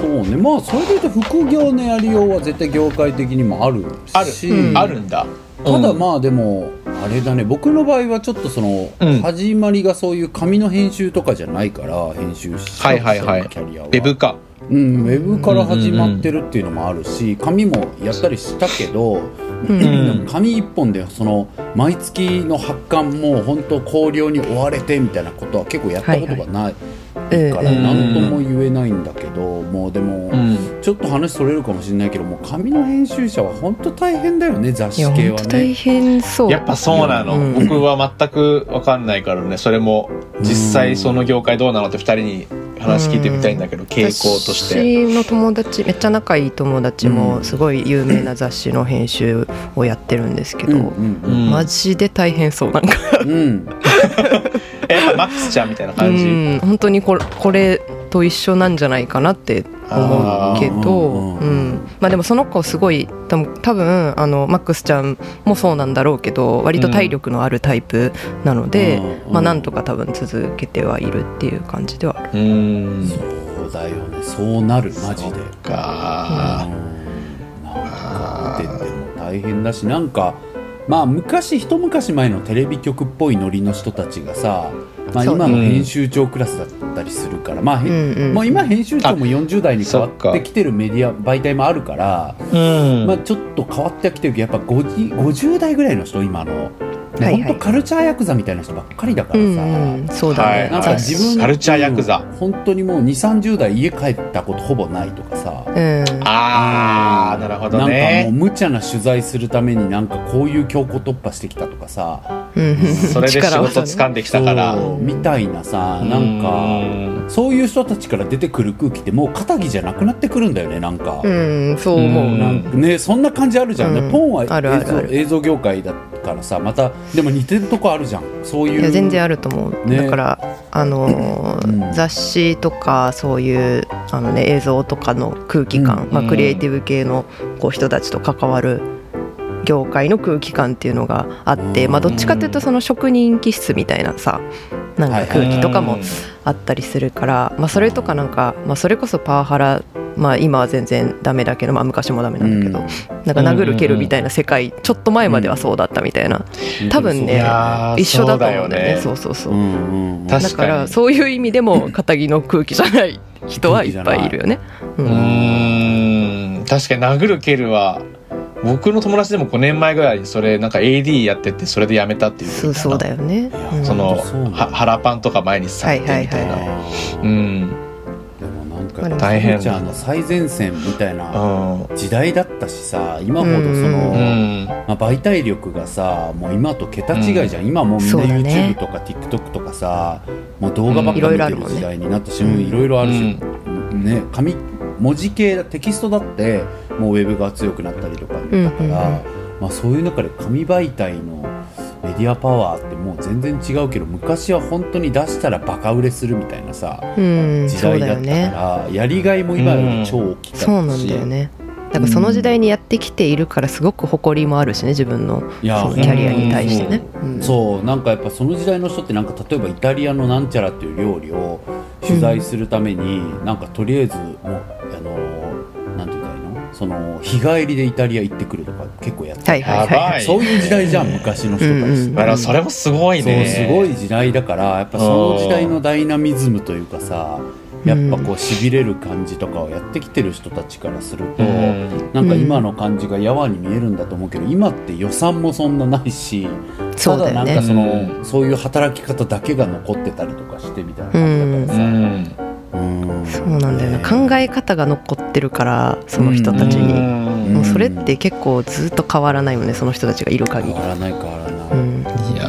そうねまあそれで言うと副業のやりようは絶対業界的にもある
ある
し、
うん
あるんだ、
ただ
あ
まあでもあれだね僕の場合はちょっとその、
うん
始まりがそういう紙の編集とかじゃないから編集し
はいはいはい
キャリアは
ウェブか。
うん、ウェブから始まってるっていうのもあるし、紙もやったりしたけど、
うん
でも紙一本でその毎月の発刊も本当考慮に追われてみたいなことは結構やったことがないか
うん
ら
うん
何とも言えないんだけど、もうでも。
うん
ちょっと話それるかもしれないけどもう紙の編集者は本当大変だよね雑
い
誌
や
系
本
は
当大
ね。
変そう
やっぱそうなの、
うん
僕は全く分かんないからねそれも実際その業界どうなのって2人に話聞いてみたいんだけど、傾向として。
私の友達めっちゃ仲いい友達もすごい有名な雑誌の編集をやってるんですけど、
うん
うん
マジで大変そうなんか
うんうん
えマックスちゃんみたいな
う
感じ、
ん本当にこれこれと一緒なんじゃないかなって
あ
思うけど、
あー
うんまあ、でもその子すごい多分多分あのマックスちゃんもそうなんだろうけど割と体力のあるタイプなので、
うん
まあ、なんとか多分続けてはいるっていう感じではある。
うーん
そうだよねそうなるマジでう
か
んなんか見てても大変だしなんかまあ昔一昔前のテレビ局っぽいノリの人たちがさ、まあ、
そう
今の編集長クラスだったりするから、まあ、へ
うんうん
もう今編集長も40代に変わってきてるメディア媒体もあるから、
うん
まあ、ちょっと変わってきてるけどやっぱ 50, 50代ぐらいの人今の、
はいはい
本当カルチャーヤクザみたいな人ばっかりだか
う
らさ。
んうん、そうだね、
なん
は
か
い
自分
カルチャーヤクザ
うん本当にもう2三3 0代家帰ったことほぼないとかさ
うん、
ああなるほど
なんか
ね
もう無茶な取材するためになんかこういう強行突破してきたとかさ
うん
それで仕
力を
事掴んできたから
そうみたいなさなんか
う
そういう人たちから出てくる空気ってもう肩着じゃなくなってくるんだよねなんか、
うん、そう思う、
うん
なんかねそんな感じあるじゃん、
うん
ポンは映像
あるあるある
映像業界だからさまたでも似てるとこあるじゃんそういう
いや全然あると思う、
ね
だからあのー
うん
雑誌とかそういうあの、ね、映像とかの空気感、
うん
まあ、クリエイティブ系のこう人たちと関わる業界の空気感っていうのがあって、
うん
まあ、どっちかっていうとその職人気質みたいなさなんか空気とかもあったりするから、まあ、それとかなんか、まあ、それこそパワハラ、まあ、今は全然ダメだけど、まあ、昔もダメなんだけど、
うん
なんか殴る蹴るみたいな世界ちょっと前まではそうだったみたいな、多分ね
いやー
一緒だと思うんだよね
そ
そううそうそう
う。んうんうん
確
だ
に
からそういう意味でも肩着の空気じゃない人はいっぱいいるよね。う
だよ
ん、
ねうーん確かに殴る蹴るは僕の友達でも5年前ぐらいにそれなんか AD やっててそれでやめたっていう
そうそうだよね。うん
その
そうなんだ
は腹パンとか毎日さってみたいな、
はいはいは
うん
でもなんか
まあでも
大変
カルチャーの最前線みたいな
う
時代だったしさ今ほどそ
うん
の、
ん
まあ、媒体力がさもう今と桁違いじゃん、今もうみん
そう
な
だね
YouTube とか TikTok とかさもう動画ばっか見てる時代になったし、
うん
うんいろいろあるし、
うん
ね紙文字系テキストだってもうウェブが強くなったりとかだから、
うんうんうん
まあ、そういう中で紙媒体のメディアパワーってもう全然違うけど昔は本当に出したらバカ売れするみたいなさ、
うん、
時
そう
代
だ
だ
よ
った
ね。
から、やりがいも今より超大きかったし、
そうなんだよね。だからその時代にやってきているからすごく誇りもあるしね自分の
いや
そのキャリアに対してね。うん
そうなんかやっぱその時代の人ってなんか例えばイタリアのなんちゃらっていう料理を取材するために、なんかとりあえずもうあのなんて言ったらいいのその日帰りでイタリア行ってくるとか結構やってた、
はいはい
やば
はい
そういう時代じゃん昔の人たち、
うんうん
だからそれもすごい
そう
ね
すごい時代だからやっぱその時代のダイナミズムというかさやっぱこうしびれる感じとかをやってきてる人たいからすると、
うん
なんか今の感じがやわに見えるんだと思うけど、今って予算もそんなないし
そうだよね
ただなんかその、
う
そういう働き方だけが残ってたりとかしてみたいな
う
感じだ
う
ん
からさ、
ん
うん
そうなんだよね。考え方が残ってるからその人たち
う
に。
ん
もうそれって結構ずっと変わらないよねその人たちがいる限
変
り。
わらない変わらない、
うん、
いや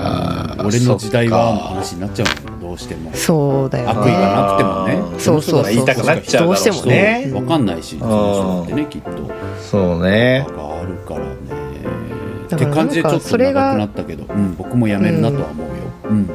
ー
俺の時代はの
そっか
話になっちゃうもんどうしても
そうだよね。
悪意がなくてもね
そうそうそう
の人が
言いたくなっちゃうだろうし
どうしてもね
そうわかんないし、その人だってねきっと
そうね
があるからね。っ
だ
て
からなんか
感じでちょっと
それ
長
が
くなったけど、うん、僕もやめるなとは思うよ。うん、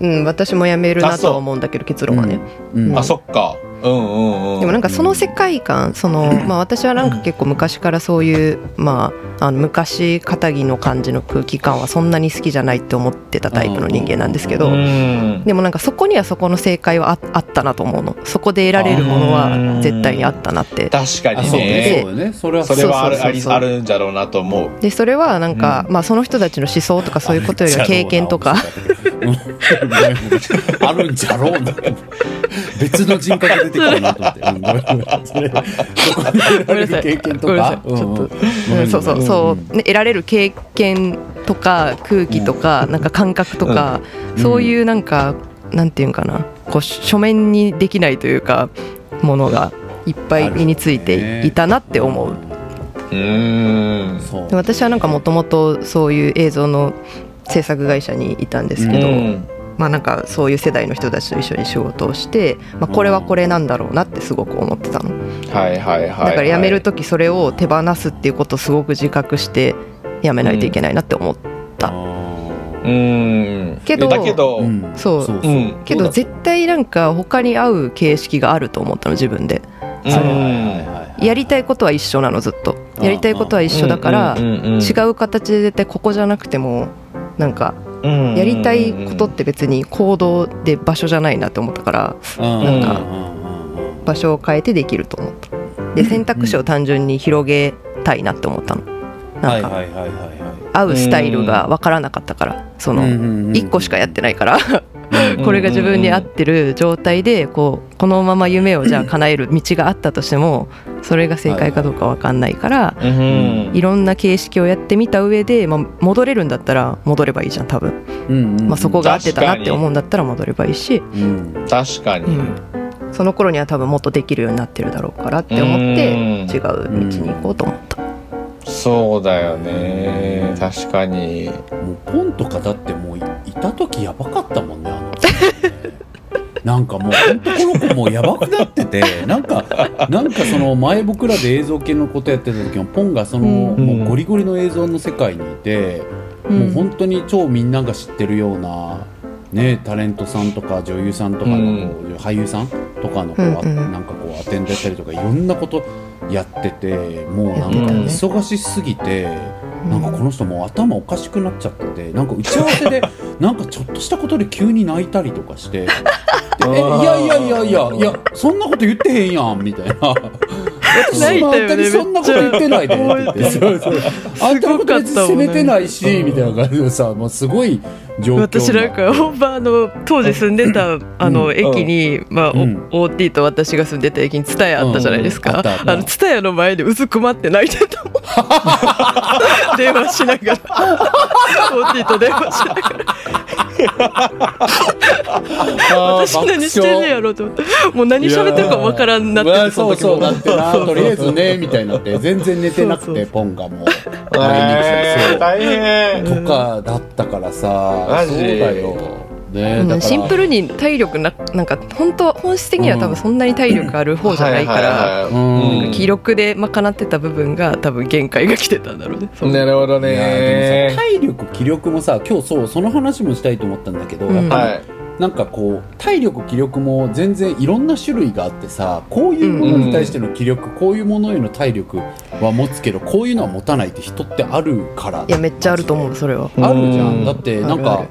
うん、私も辞める
あ
な
そ
と
う
は思うんだけど結論はね、
うん、うん
あそっかうんうんうん
でもなんかその世界観その、まあ、私はなんか結構昔からそういう、まあ、あの昔肩着の感じの空気感はそんなに好きじゃないって思ってたタイプの人間なんですけ
う
ど、
ん
でもなんかそこにはそこの正解はああったなと思うのそこで得られるもの
う
は
ん
絶対にあったなって
確か
あ
に
そうね、
ね
そうだね、それは
それはある
そう
あ
そう
り
そう
あるんじゃろうなと思う
でそれはなんか、まあ、その人たちの思想とかそういうことよりは経験とか。
あるんじゃろうな。別の人格出てくるなと思って。うんごめんごめん それどこで得られる経験と
ごめんな
か
さい。ちょっと
ん
うんそうそうそう、ね、得られる経験とか空気とか、なんか感覚とか、
うん
そういうなんかなんていうんかなこう書面にできないというかものがいっぱい身についていたなって思う。
うーん
そう
で私はなんかもともとそういう映像の制作会社にいたんですけど、
うん
まあなんかそういう世代の人たちと一緒に仕事をして、まあ、これはこれなんだろうなってすごく思ってたの。
はいはいはいはい
だから辞める時それを手放すっていうことをすごく自覚して辞めないといけないなって思った、
うーん
けど
だけど
う
うん
ん
そう
そう
うん
けど絶対なんか他に合う形式があると思ったの自分でそ
うん
の
はい
やりたいことは一緒なのずっとやりたいことは一緒だから
うんうんうんうん
違う形で絶対ここじゃなくてもなんか
うん
やりたいことって別に行動で場所じゃないなって思ったから
うん
なん
か場所を変えてできると思ったで選択肢を単純に広げたいなって思ったのな
は
ん
い
か
はいはいはいは
合うスタイルが分からなかったからその
いうんうんうん
1個しかやってないから
うん
これが自分に合ってる状態でこうこのまま夢をじ ゃあ叶える道があったとしてもそれが正解かどうか分かんないから
うんうん
いろんな形式をやってみた上で、まあ、戻れるんだったら戻ればいいじゃん多分、
うんうん
まあ、そこが合ってたなって思うんだったら戻ればいいし、
うん
確かに、
うんその頃には多分もっとできるようになってるだろうからって思って
うん
違う道に行こうと思った。
そうだよね確かに
もうポンとかだってもういた時やばかったもんねあの子ねなんかもうほんとこの子もうやばくなっててなんかなんかその前僕らで映像系のことやってた時もポンがその、
うん
もうゴリゴリの映像の世界にいて、もう
うん
本当に超みんなが知ってるような、ね、タレントさんとか女優さんとかのこう、俳優さんとかのこう、あ
うんうん
なんかこうアテンドやったりとかいろんなことやっててもうなんか
うん
忙しすぎて。なんかこの人もう頭おかしくなっちゃっててなんか打ち合わ せでなんかちょっとしたことで急に泣いたりとかしてでえいやいやいやいやいやそんなこと言ってへんやんみたい な私もあんたにそんなこと言ってないでって言ってそうそうあんたのこと別に責めてないし、みたいな感じでさもうすごい状況
私なんか本場あの当時住んでたあ
う
の
ん
駅に、まあお
うん
OT と私が住んでた駅に蔦屋あったじゃないです
うんあ
か、
ったあった
あの蔦屋の前でうずくまって泣いて たもん電話しながら OT と電話しながら私何してんねやろと思ってもう何喋ってるかわからんなって
まあ
て
そう
時も
そうなってな とりあえずねみたいになって全然寝てなく
そうそ
て
う
ポンがもう
えー大変
とかだったからさ、
マジ
そうだよ、ね
う
だ
ん
から
シンプルに体力ななんか本当本質的には多分そんなに体力ある方じゃないから。
はは
うん
うん
記録で賄ってた部分が多分限界が来てたんだろうね。そう
なるほど
いやでもさ
ね
体力気力もさ今日そうその話もしたいと思ったんだけど、
うん
やっぱ
はい
なんかこう体力気力も全然いろんな種類があってさこういうものに対しての気力、こういうものへの体力は持つけどこういうのは持たないって人ってあるから
いやめっちゃあると思うそれは。
あるじゃん、
うん
だってなんか
あるある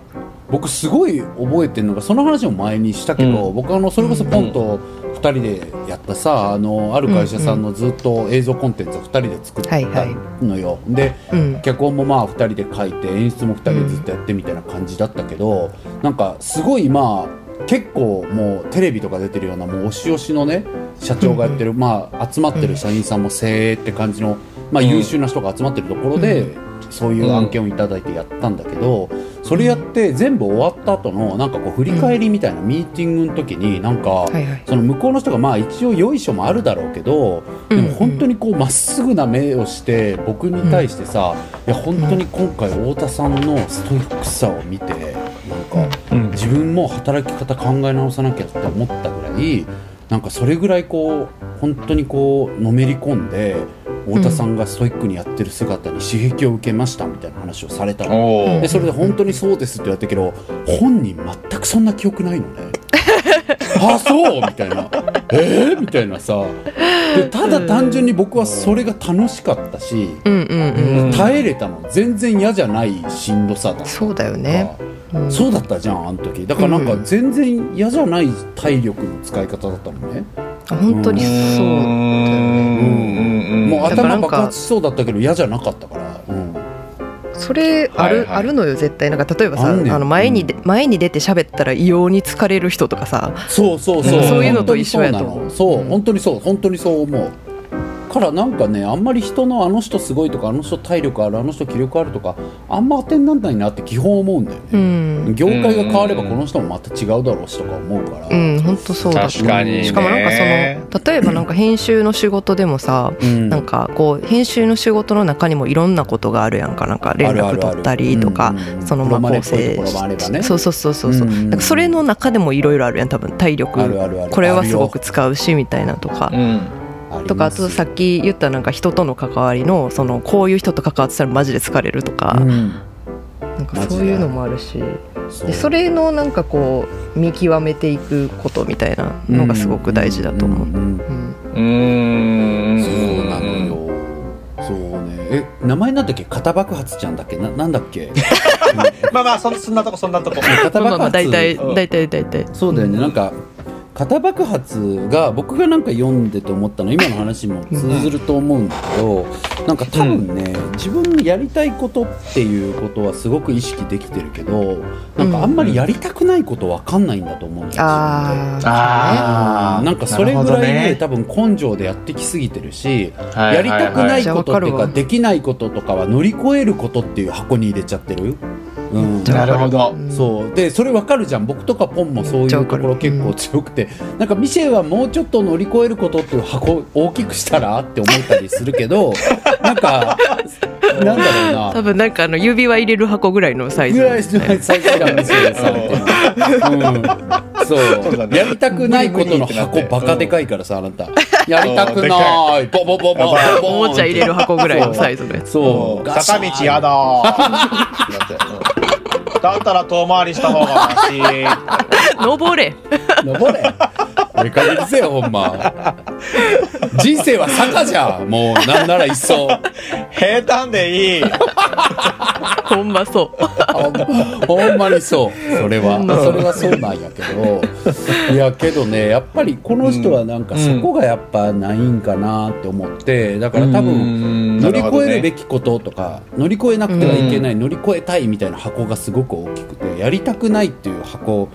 僕すごい覚えてるのがその話も前にしたけど、
う
僕あのそれこそポンと2人でやったさあのある会社さんのずっと映像コンテンツを2人で作った
はいはい
のよ、で
うん。
脚本もまあ2人で書いて演出も2人でずっとやってみたいな感じだったけど、なんかすごいまあ結構もうテレビとか出てるようなもう押し押しのね社長がやってる、まあ集まってる社員さんも精鋭って感じの、まあ、
うん
優秀な人が集まってるところで、そういう案件をいただいてやったんだけど、それやって全部終わった後のなんかこう振り返りみたいなミーティングの時になんか、
はいはい。
その向こうの人がまあ一応よいしょもあるだろうけどでも本当にこうまっすぐな目をして僕に対してさ、いや本当に今回太田さんのストイックさを見てなんか
うん
自分も働き方考え直さなきゃって思ったぐらいなんかそれぐらいこう本当にこうのめり込んで太田さんがストイックにやってる姿に刺激を受けましたみたいな話をされたの。
おー
でそれで本当にそうですって言われたけど本人全くそんな記憶ないの ねあそうみたいなえー、みたいなさでただ単純に僕はそれが楽しかったし
うんうんうん。
うん
耐えれたの全然嫌じゃないしんどさだった
そうだよね。うん
そうだったじゃんあの時だからなんか全然嫌じゃない体力の使い方だったのね、
あ本当にそうう。
んうん
もう
だからな
頭
んか
爆発しそうだったけど嫌じゃなかったから、うん、
それあ
はい
る、
はい
あるのよ絶対なんか例えばさ
あ
あ
んねん
の前にで、前に出て喋ったら異様に疲れる人とかさ。
そうそうそう、
うんそういう
のと一緒やと思う
そう
うん
本当にそう本当にそう思うからなんかねあんまり人のあの人すごいとかあの人体力あるあの人気力あるとかあんま当てにならないなって基本思うんだよ
う
ね、
ん。
業界が変われば
うん
この人もまた違うだろうしとか思うから、
うん本当そうだと思
確
う
かにね
しかもなんかその例えばなんか編集の仕事でもさ。
うん
なんかこう編集の仕事の中にもいろんなことがあるやんかなんか連絡取ったりとか
あるあるあるうんうん
そのまあ構成
ドラマでっぽいところもあればね
そうそうそうそうそう
うんうん
なんかそれの中でもいろいろあるやん多分体力
あるあるある
これはすごく使うしみたいなとか
うん
ります
とかあとさっき言ったなんか人との関わりのそのこういう人と関わってたらマジで疲れるとか
うん
なんかそういうのもあるし
そう
でそれのなんかこう見極めていくことみたいなのがすごく大事だと思う。
んんん
うん
うーん
そうなのよ。そうね。え、名前なんだっけ肩爆発ちゃんだっけななんだっけ
まあまあそんそんなとこそんなとこ
肩
まあまあまあ大体
うん
大体大体
そうだよね、なんか型爆発が僕がなんか読んでと思ったの今の話も通ずると思うんだけど、なんか多分ね、自分のやりたいことっていうことはすごく意識できてるけどなんかあんまりやりたくないことわかんないんだと思うんですよ、
あー
あー
なんかそれぐらい
な
ね
るほ
多分根性でやってきすぎてるし、
どねはい
やりたく
は
な
はい
ことっていう
めっちゃわか
か
るわ
できないこととかは乗り越えることっていう箱に入れちゃってる、うん、
なるほど
うん
そうでそれ分かるじゃん僕とかポンもそういうところ結構強くて、なんかミシェはもうちょっと乗り越えることっていう箱を大きくしたらって思ったりするけど なんかなんだろうな
多分なんかあの指輪入れる箱ぐらいのサイズ
ぐらいしない最近はミシェされてる、
そう
う
だ
ん、そう
ね
やりたくないことの箱バカでかいからさあなたやり たくないボボボボボボ
おもちゃ入れる箱ぐらいのサイズのやつ
そうガシャ
坂
ーン
道やだーだってうんだったら遠回りした方がマシ
登れ
登れ追いかけりせよほんま人生は坂じゃんもうなんならいっ そ
平坦でいい
ほんまそう
ほんほんまにそうそれは、
うん
それはそうなんやけ どいやけどねやっぱりこの人はなんか
うん
そこがやっぱないんかなって思ってだから多分乗り越えるべ
き
きこととか乗り越えなくてはいけない乗り越えたいみたいな箱がすごく大きくてやりたくないっていう箱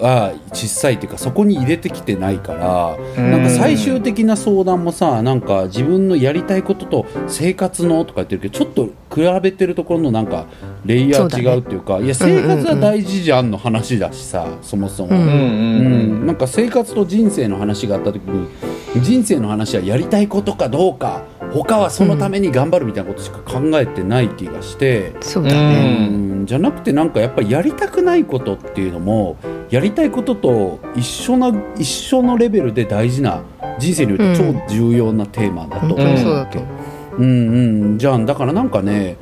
が小さいっていうかそこに入れてきてないからなんか最終的な相談もさなんか自分のやりたいことと生活のとか言ってるけどちょっと比べてるところのなんかレイヤ
そうだ
ー
ね
違うっていうかいや生活は大事じゃんの話だしさそもそも。
うん
うん、なんか生活と人生の話があった時に人生の話はやりたいことかどうか他はそのために頑張るみたいなことしか考えてない気がして、
そう
う
だね
ん
うんじゃなくてなんかやっぱりやりたくないことっていうのもやりたいことと一緒な一緒のレベルで大事な人生において超重要なテーマだと思う
本当にそうだと思う
うんうんじゃあだからなんかね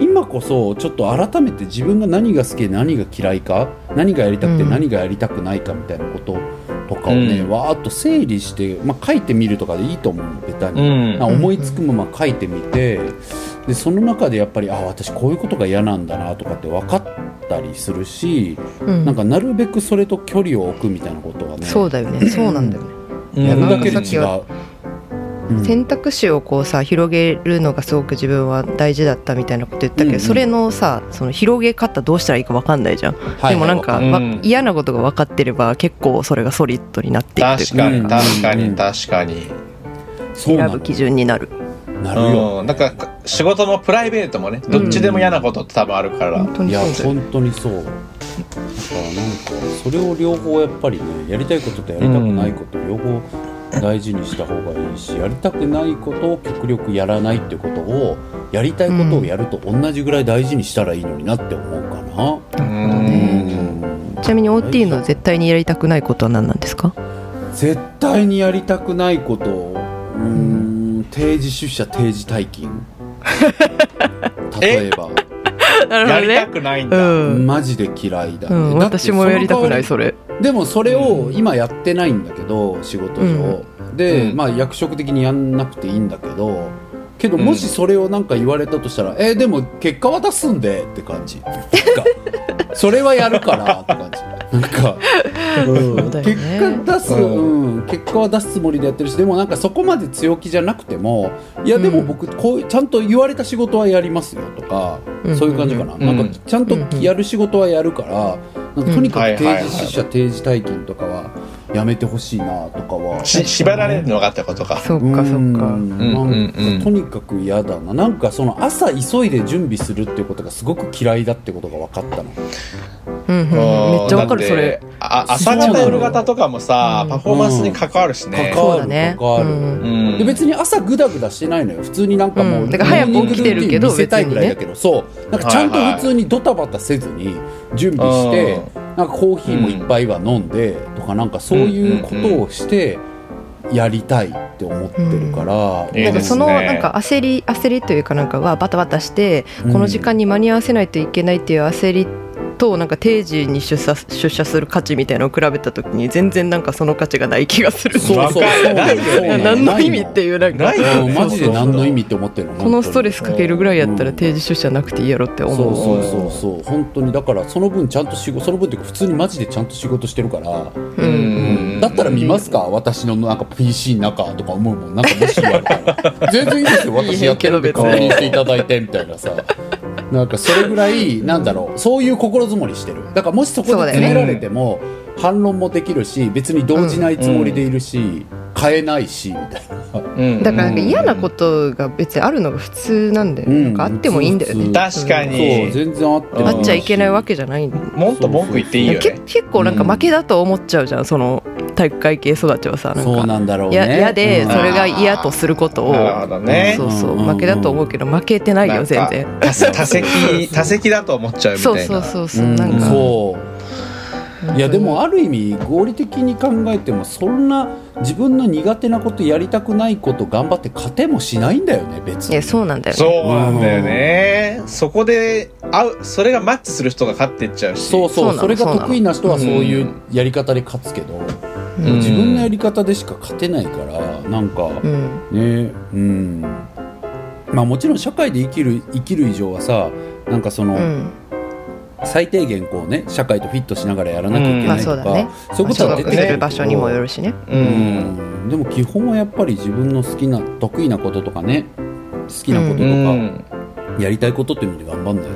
今こそちょっと改めて自分が何が好きで何が嫌いか何がやりたくて
うん
何がやりたくないかみたいなこととかをね、
うん
わーっと整理して、まあ、書いてみるとかでいいと思うのベタに、
うん
まあ思いつくまま書いてみてでその中でやっぱりあ私こういうことが嫌なんだなとかって分かったりするし、
うん
なんかなるべくそれと距離を置くみたいなことはね
そうだよねそうなんだよね
やるだけで
なんかさっき
違う
は。
うん
選択肢をこうさ広げるのがすごく自分は大事だったみたいなこと言ったけど、
うんうん
それのさその広げ方どうしたらいいか分かんないじゃん、
はい
でもなんか、
はい
わ
うん
嫌なことが分かってれば結構それがソリッドになっていくという
確
か
かに
うん
確か
う
に
ん
確かに
そうな
選
の
ぶ基準になる
なるよ、
うんなんか仕事もプライベートもねどっちでも嫌なことって多分あるから
本当
い
に
や
そうだよね
本当にそうだからなんかそれを両方やっぱりねやりたいこととやりたくないこと、両方大事にした方がいいしやりたくないことを極力やらないってことをやりたいことをやると同じぐらい大事にしたらいいのになって思うかな。
うん
うん
ちなみに OT の絶対にやりたくないことは何なんですか
絶対にやりたくないことをうーん定時出社定時退 勤例えば
な
やりたくないん
う
だ
ん、
マジで嫌いだ,、
う
ね
ん、
だって
私もやりたくない
その代わり
それ
でもそれを今やってないんだけど仕事上、で、
うん
まあ役職的にやんなくていいんだけどけどもしそれをなんか言われたとしたら、えーでも結果は出すんでって感じなんかそれはやるからって感じなんか、うん
そうだよね
結果出す、
う
うん結果は出すつもりでやってるしでもなんかそこまで強気じゃなくてもいやでも僕こうちゃんと言われた仕事はやりますよとか、
うん
そういう感じかな,、
うん
なんかちゃんとやる仕事はやるから、なんかとにか
うん
く定時出社、定時退勤とかはやめてほしいなとかは。
し縛られるのがってことか
そうか
う
そうか
んな
うん
ん
うんうん
かとにかく嫌だななんかその朝急いで準備するっていうことがすごく嫌いだってことが分かったの
うんうん、めっちゃわかるそれ
だってあ朝方夜方とかもさ
うん
パフォーマンスに関わるしね
関
そ
わ
う
る
だね
関わる
うん
うん
で別に朝グダグダしてないのよ普通になんかもう、
うんだから早く起きてるけど
見せたいぐらいだけど、そうなんかちゃんと普通にドタバタせずに準備して、
うん
なんかコーヒーもいっぱいは飲んで、とかなんかそういうことをしてやりたいって思ってるから、
うん
なんかその
いいですね
なんか焦り焦りというかなんかはバタバタして
うん
この時間に間に合わせないといけないっていう焦りとなんか定時に出社出社する価値みたいなのを比べた時に全然なんかその価値がない気がする
そうそうそうな
ない
の
よね
そうなの
何の意味っていうなんか
ないよ
うんマジで何の意味って思ってるの
このストレスかけるぐらいやったら定時出社なくていいやろって
そ
思
う
う
そうそうそう本当にだからその分ちゃんと仕事その分っていうか普通にマジでちゃんと仕事してるから、
う
うん
ん
だったら見ますか私のなんか PC の中とか思うもんなんかもし言われた ら全然いいですよ私やってるんで
いいけど別に
確認していただいてみたいなさなんかそれぐらいなんだろうそういう心づもりしてるだからもしそこで
そうだよね
詰められても、反論もできるし別に動じないつもりでいるし、変えないしみたいな、
うん
だからなんか嫌なことが別にあるのが普通なんだよ、
うん
なんかあってもいいんだよね
普通
確か
そう
に
全然あっても
うん
あっちゃいけないわけじゃないんだよ
もっと文句言っていいよ
け
ね
結構なんか負けだと思っちゃうじゃん、その体育会系育ちはさなん
そう
か
なんだろうね
や嫌で
うん
それが嫌とすることを、
なるほどね
そうそう
うん
負けだと思うけど負けてないよ全然
多多席多席だと思っちゃうみたい
そ
な
うそうそう
う
そう、
ん
なんか
そういやでもある意味合理的に考えてもそんな自分の苦手なことやりたくないこと頑張って勝てもしないんだよね別
いや
に
そうなんだよね
そうなんだよねそこで合うそれがマッチする人が勝ってっちゃうし
そう
そ
そ
うな
う
の
それが得意な人は
そ
そうう
なの
いうやり方で勝つけど、
うん
自分のやり方でしか勝てないからなんか
う
ね
ん
うんまあもちろん社会で生きる生きる以上はさなんかその、
うん
最低限こうね社会とフィットしながらやらなきゃいけないとか、
うんまあそうだね
そういうこと
所
は出て
属す
くるけど
る場所にもよるしね
う
うんん、でも基本はやっぱり自分の好きな得意なこととかね好きなこと
う
と
ん、
か、やりたいことっていうので頑張んないと、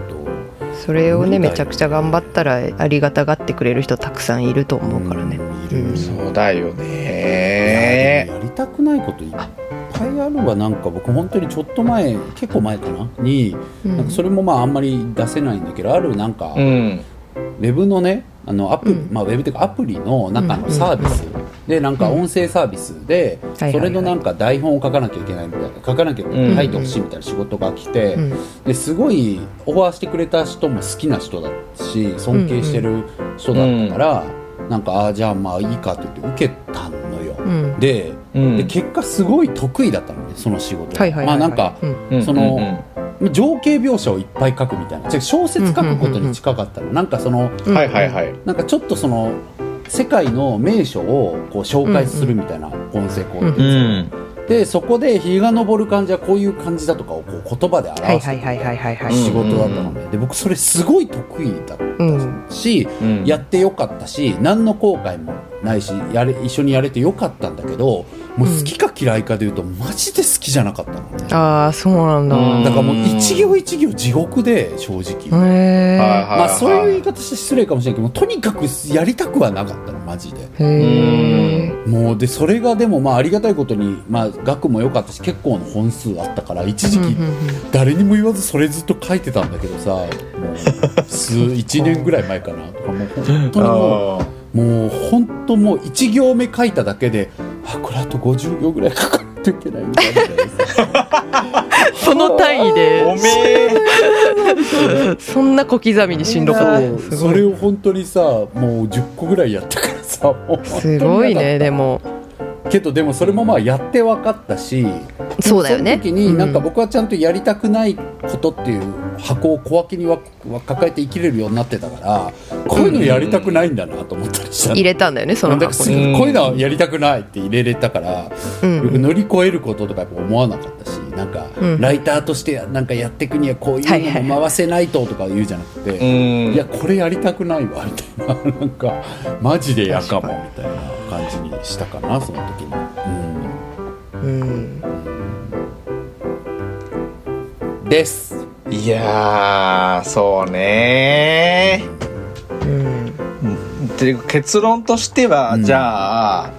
それ
無
をね
理だ
め
よ
ちゃくちゃ頑張ったらありがたがってくれる人たくさんいると思うからね、
うんいる
うん
そうだよ
や
ね
でもやりたくないこといっぱいあるわなんか僕本当にちょっと前結構前かなに、
うん
なんかそれもまああんまり出せないんだけどあるなんか、
う
ウ
ん
ェブのねあのアプリ、
うん
まあウェブっていうかアプリの中のサービスでなんか音声サービスでそ
はいはいは
れ
い
のなんか台本を書かなきゃいけないみたいな書かなきゃいけない書いてほしいみたいな仕事が来て、
うん
ですごいオファーしてくれた人も好きな人だし尊敬してる人だったから、なんかあーじゃあまあいいかって言って受けたのよ、
うん
で
うん
で結果すごい得意だったのねその仕事が
はいはいはいはい
まあなんか、
うん
うん
その情景描写をいっぱい書くみたいな違う小説書くことに近かったの、なんかその
うんはいはいはい
なんかちょっとその世界の名所をこう紹介するみたいな音声コンテンツ、
ん
でそこで日が昇る感じはこういう感じだとかをこう言葉で表す
はいはいはいはいはいはい、
仕事だったので,、で僕それすごい得意だった
うん
し、
うん
やってよかったし何の後悔もないしやれ一緒にやれてよかったんだけどもう好きか嫌いかでいうと、マジで好きじゃなかったのねだか
ああそうなんだ、
うん
らもう一行一行地獄で正直、
へ
はい
ー
まあ、そういう言い
方
方して失礼かもしれないけどもうとにかくやりたくはなかったのマジで
へー
もうでそれがでもまあありがたいことに、まあ、額も良かったし結構の本数あったから一時期
うんうんうん
誰にも言わずそれずっと書いてたんだけどさもう 数1年ぐらい前かなとかもう本当にもうもう本当もう1行目書いただけであこれあと50行ぐらい書かないといけないん だみたいなさ
その単位
お
で
めえ
そんな小刻みにしんどか
そう
った
それを本当にさもう10個ぐらいやったからさもう
すごいねでも
けどでもそれもまあやって分かったし
そうだよね
その時になんか僕はちゃんとやりたくないことっていう箱を小分けにわ抱えて生きれるようになってたからこういうのやりたくないんだなと思ったりしたの
入れたんだよねそ
な
の
んだか
箱
す
に、
ぐこういうのはやりたくないって入れれたから、
うん
よく乗り越えることとかやっぱ思わなかったしなんか、
うん
ライターとしてなんかやっていくにはこうい
はいは
う
い
のも回せないととか言うじゃなくて、
う
い
ん
やこれやりたくないわみたいな なんかマジでやかもみたいな感じにしたかなその時に。うん
うん
です。
いやーそうね
うん
で結論としては、
うん
じゃあ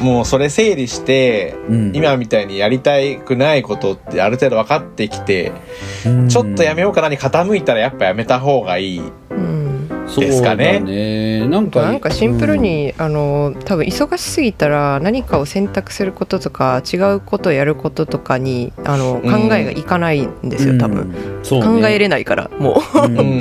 もうそれ整理して、
うん
今みたいにやりたくないことってある程度分かってきて、ち
ち
ょっとやめようかなに傾いたらやっぱやめた方がいい。
うん、
う
ですかね
そうだねなんか
なんかシンプル、に、あの多分忙しすぎたら何かを選択することとか違うことをやることとかにあの
うん
考えがいかないんです
う
よ
ん
多分、
そうね
考えれないからもう
うん
うん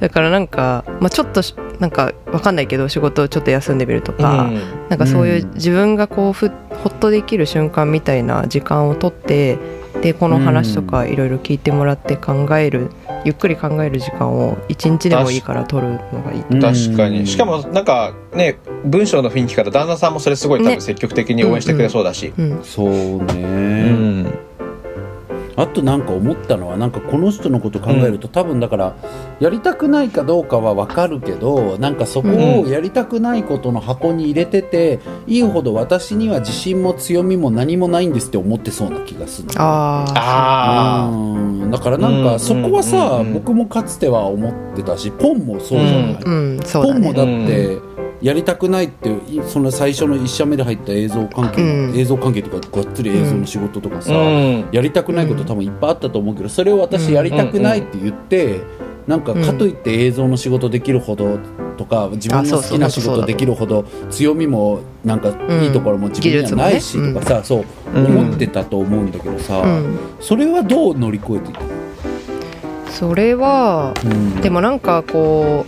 だからなんか、まあ、ちょっとしなんかわかんないけど仕事をちょっと休んでみるとか、なんかそうい
う
う
ん
自分がこうふほっとできる瞬間みたいな時間をとってでこの話とかいろいろ聞いてもらって考えるゆっくり考える時間を一日でもいいから取るのがいいと
確かにしかもなんかね文章の雰囲気から旦那さんもそれすごい多分
ね
積極的に応援してくれそうだし、
うん
そう
う
ね、
ん
あとなんか思ったのはなんかこの人のこと考えると、多分だからやりたくないかどうかはわかるけどなんかそこをやりたくないことの箱に入れてて、いいほど私には自信も強みも何もないんですって思ってそうな気がするの
ああ
あ
うんだからなん
うん
かそこはさ、
うん
僕もかつては思ってたしポンもそうじゃない、
うんそう
ポ
だ
ンも
ね
だってやりたくないっていその最初の1社目で入った映像関係、
うん
映像関係とかがっつり映像の仕事とか
あう
さ、
ん
やりたくないこと多分いっぱいあったと思うけどそれを私やりたくないって言って、なんかかといって映像の仕事できるほどとか自分の好きな仕事できるほど強みもなんかいいところも自分にはないしとかさ、そう思ってたと思うんだけどさ、
うん
それはどう乗り越えていった、
それは
うん
でもなんかこ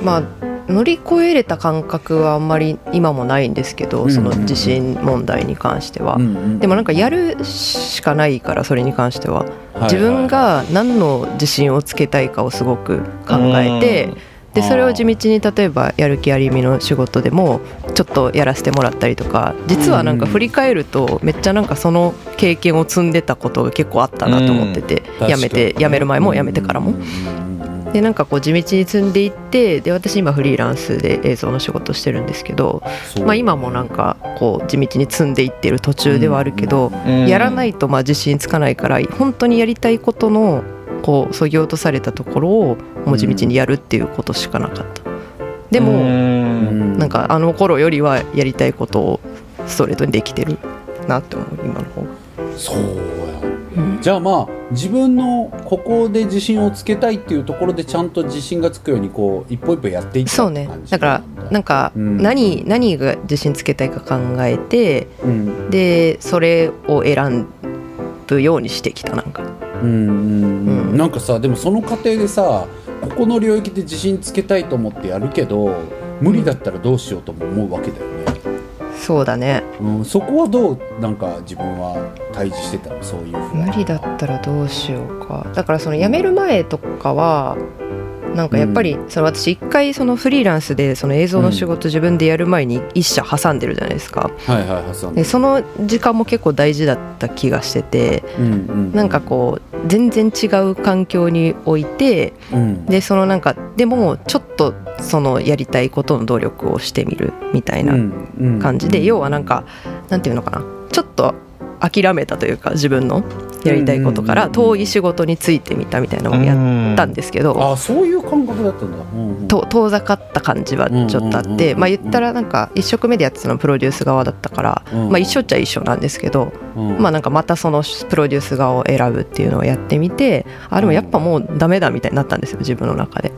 うまあ乗り越えれた感覚はあんまり今もないんですけ
うんう
ど
ん
その地震問題に関しては
う。んうん
でもなんかやるしかないからそれに関しては
はい
自分が何の自信をつけたいかをすごく考えてで
あー
それを地道に例えばやる気ありみの仕事でもちょっとやらせてもらったりとか実はなんか振り返るとめっちゃなんかその経験を積んでたことが結構あったなと思ってて
うん
やめて
確かに
やめる前もやめてからも
うんうんうんうん
でなんかこう地道に積んでいってで私今フリーランスで映像の仕事してるんですけど、
そう
まあ、今もなんかこう地道に積んでいってる途中ではあるけど、
うん
やらないとまあ自信つかないから本当にやりたいことのこうそぎ落とされたところをもう地道にやるっていうことしかなかった。で
う
も
ん
なんかあの頃よりはやりたいことをストレートにできてるなって思う今の方が。
そうや、じゃあまあ自分のここで自信をつけたいっていうところでちゃんと自信がつくようにこう一歩一歩やっていった
そうねだからなんか何何が自信つけたいか考えて
ら、うん
でそれを選ぶようにしてきたなんか
うんうんうん
うん
なんかさでもその過程でさここの領域で自信つけたいと思ってやるけど無理だったらどうしようとも思うわけだよね、
そうだね
うん、そこはどうなんか自分は対峙してたのそういうふう
無理だったらどうしようかだからその辞める前とかはなんかやっぱりその私一回そのフリーランスでその映像の仕事自分でやる前に一社挟んでるじゃないですか
はいはい挟ん
で
で
その時間も結構大事だった気がしてて
うんうん
なんかこう全然違う環境に置いて
うん
でそのなんかでもちょっとそのやりたいことの努力をしてみるみたいな感じで、要はなんかなんていうのかなちょっと諦めたというか自分のやりたいことか
うん
ら
うんうんうん
遠い仕事についてみたみたいなのをやったんですけど、
あそういう感覚だったんだ、うんうん
と遠ざかった感じはちょっとあって、
うんうんうんうん
まあ、言ったらなんか一色目でやってたのはプロデュース側だったから、
うんうん
まあ、一緒っちゃ一緒なんですけど、
うん
まあ、なんかまたそのプロデュース側を選ぶっていうのをやってみてあでもやっぱもうダメだみたいになったんですよ自分の中で。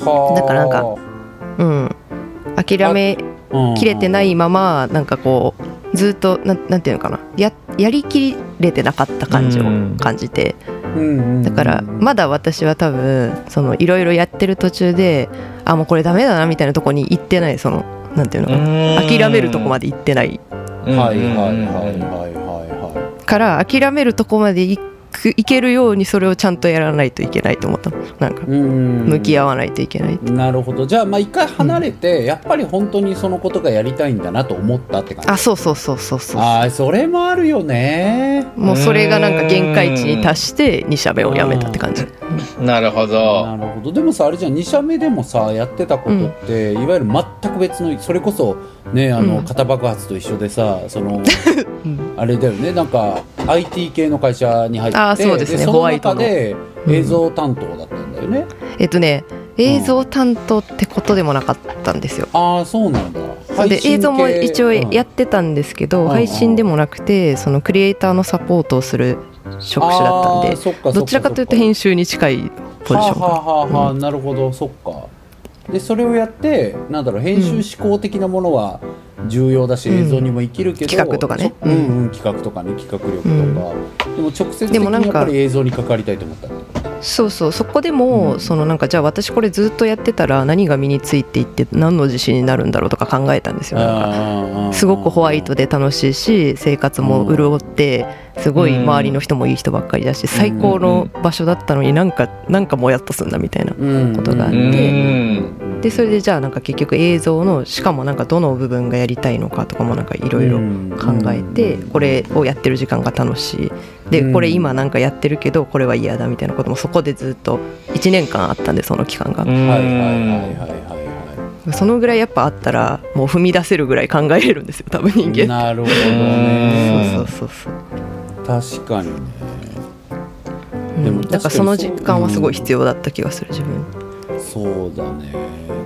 はあ
だからなんかうん諦め切れてないままなんかこうずっとなんなんていうのかなややりきれてなかった感じを
うん
感じて
だ
だからまだ私は多分そのいろいろやってる途中であもうこれダメだなみたいなとこに行ってないそのなんていうのかな諦めるとこま
で
で行ってない
はいはいはいはいはいは
から諦めるとこまで行く行けるようにそれをちゃんとやらないといけないと思ったのなんか
いうん
向き合わないといけない
なるほどじゃあまあ一回離れて、やっぱり本当にそのことがやりたいんだなと思ったって感じ
あそうそうそうそうそう
あーそれもあるよね
もうそれがなんか限界値に達して2社目をやめたって感じ
なるほど
なるほどでもさあれじゃん2社目でもさやってたことって、いわゆる全く別のそれこそねあの、
うん
肩爆発と一緒でさそ の
うん
あれだよねなんか IT 系の会社に入って
あーそうですね
そ
ホ
の
ワイト
中
の
で映像担当だったんだよね、
えっとね映像担当ってことでもなかったんですよ。
ああそうなんだ配
で
信系
映像も一応やっ
うん
てたんですけ
う
ど、
んうん
配信でもなくてそのクリエイターのサポートをする職種だったん
あー
で
そっかそっか
どちらかというと編集に近いポジション
は
が
あはあはあはあなるほどそっかでそれをやってなんだろう編集思考的なものは、重要だし、
うん
映像にも生きるけど
企画とかね
そうんうん、企画とかね企画力とか、でも直接的
でも
に
な
や
ん
っ
か
ぱり映像に関わりたいと思ったね
そうそうそこでも、
うん
そのなんかじゃあ私これずっとやってたら何が身についていって何の自信になるんだろうとか考えたんですよなんか
あー
すごくホワイトで楽しいし生活も潤ってすごい
うん
周りの人もいい人ばっかりだし最高の場所だったのになんかなんかもやっとすんだみたいなことがあってでそれでじゃあなんか結局映像のしかもなんかどの部分がやりたいのかとかもなんかいろいろ考えてこれをやってる時間が楽しい
うん
でこれ今なんかやってるけどこれは嫌だみたいなこともそこでずっと1年間あったんでその期間が
はいはいはいは
い
いはいは
そのぐらいやっぱあったらもう踏み出せるぐらい考えれるんですよ多分人
い
間
なるほどね
そうそうそうそう
確かにね
うん
でも
だから
確か
そ
に
の
そう
実感はすごい必要だった気がする自分
そうだね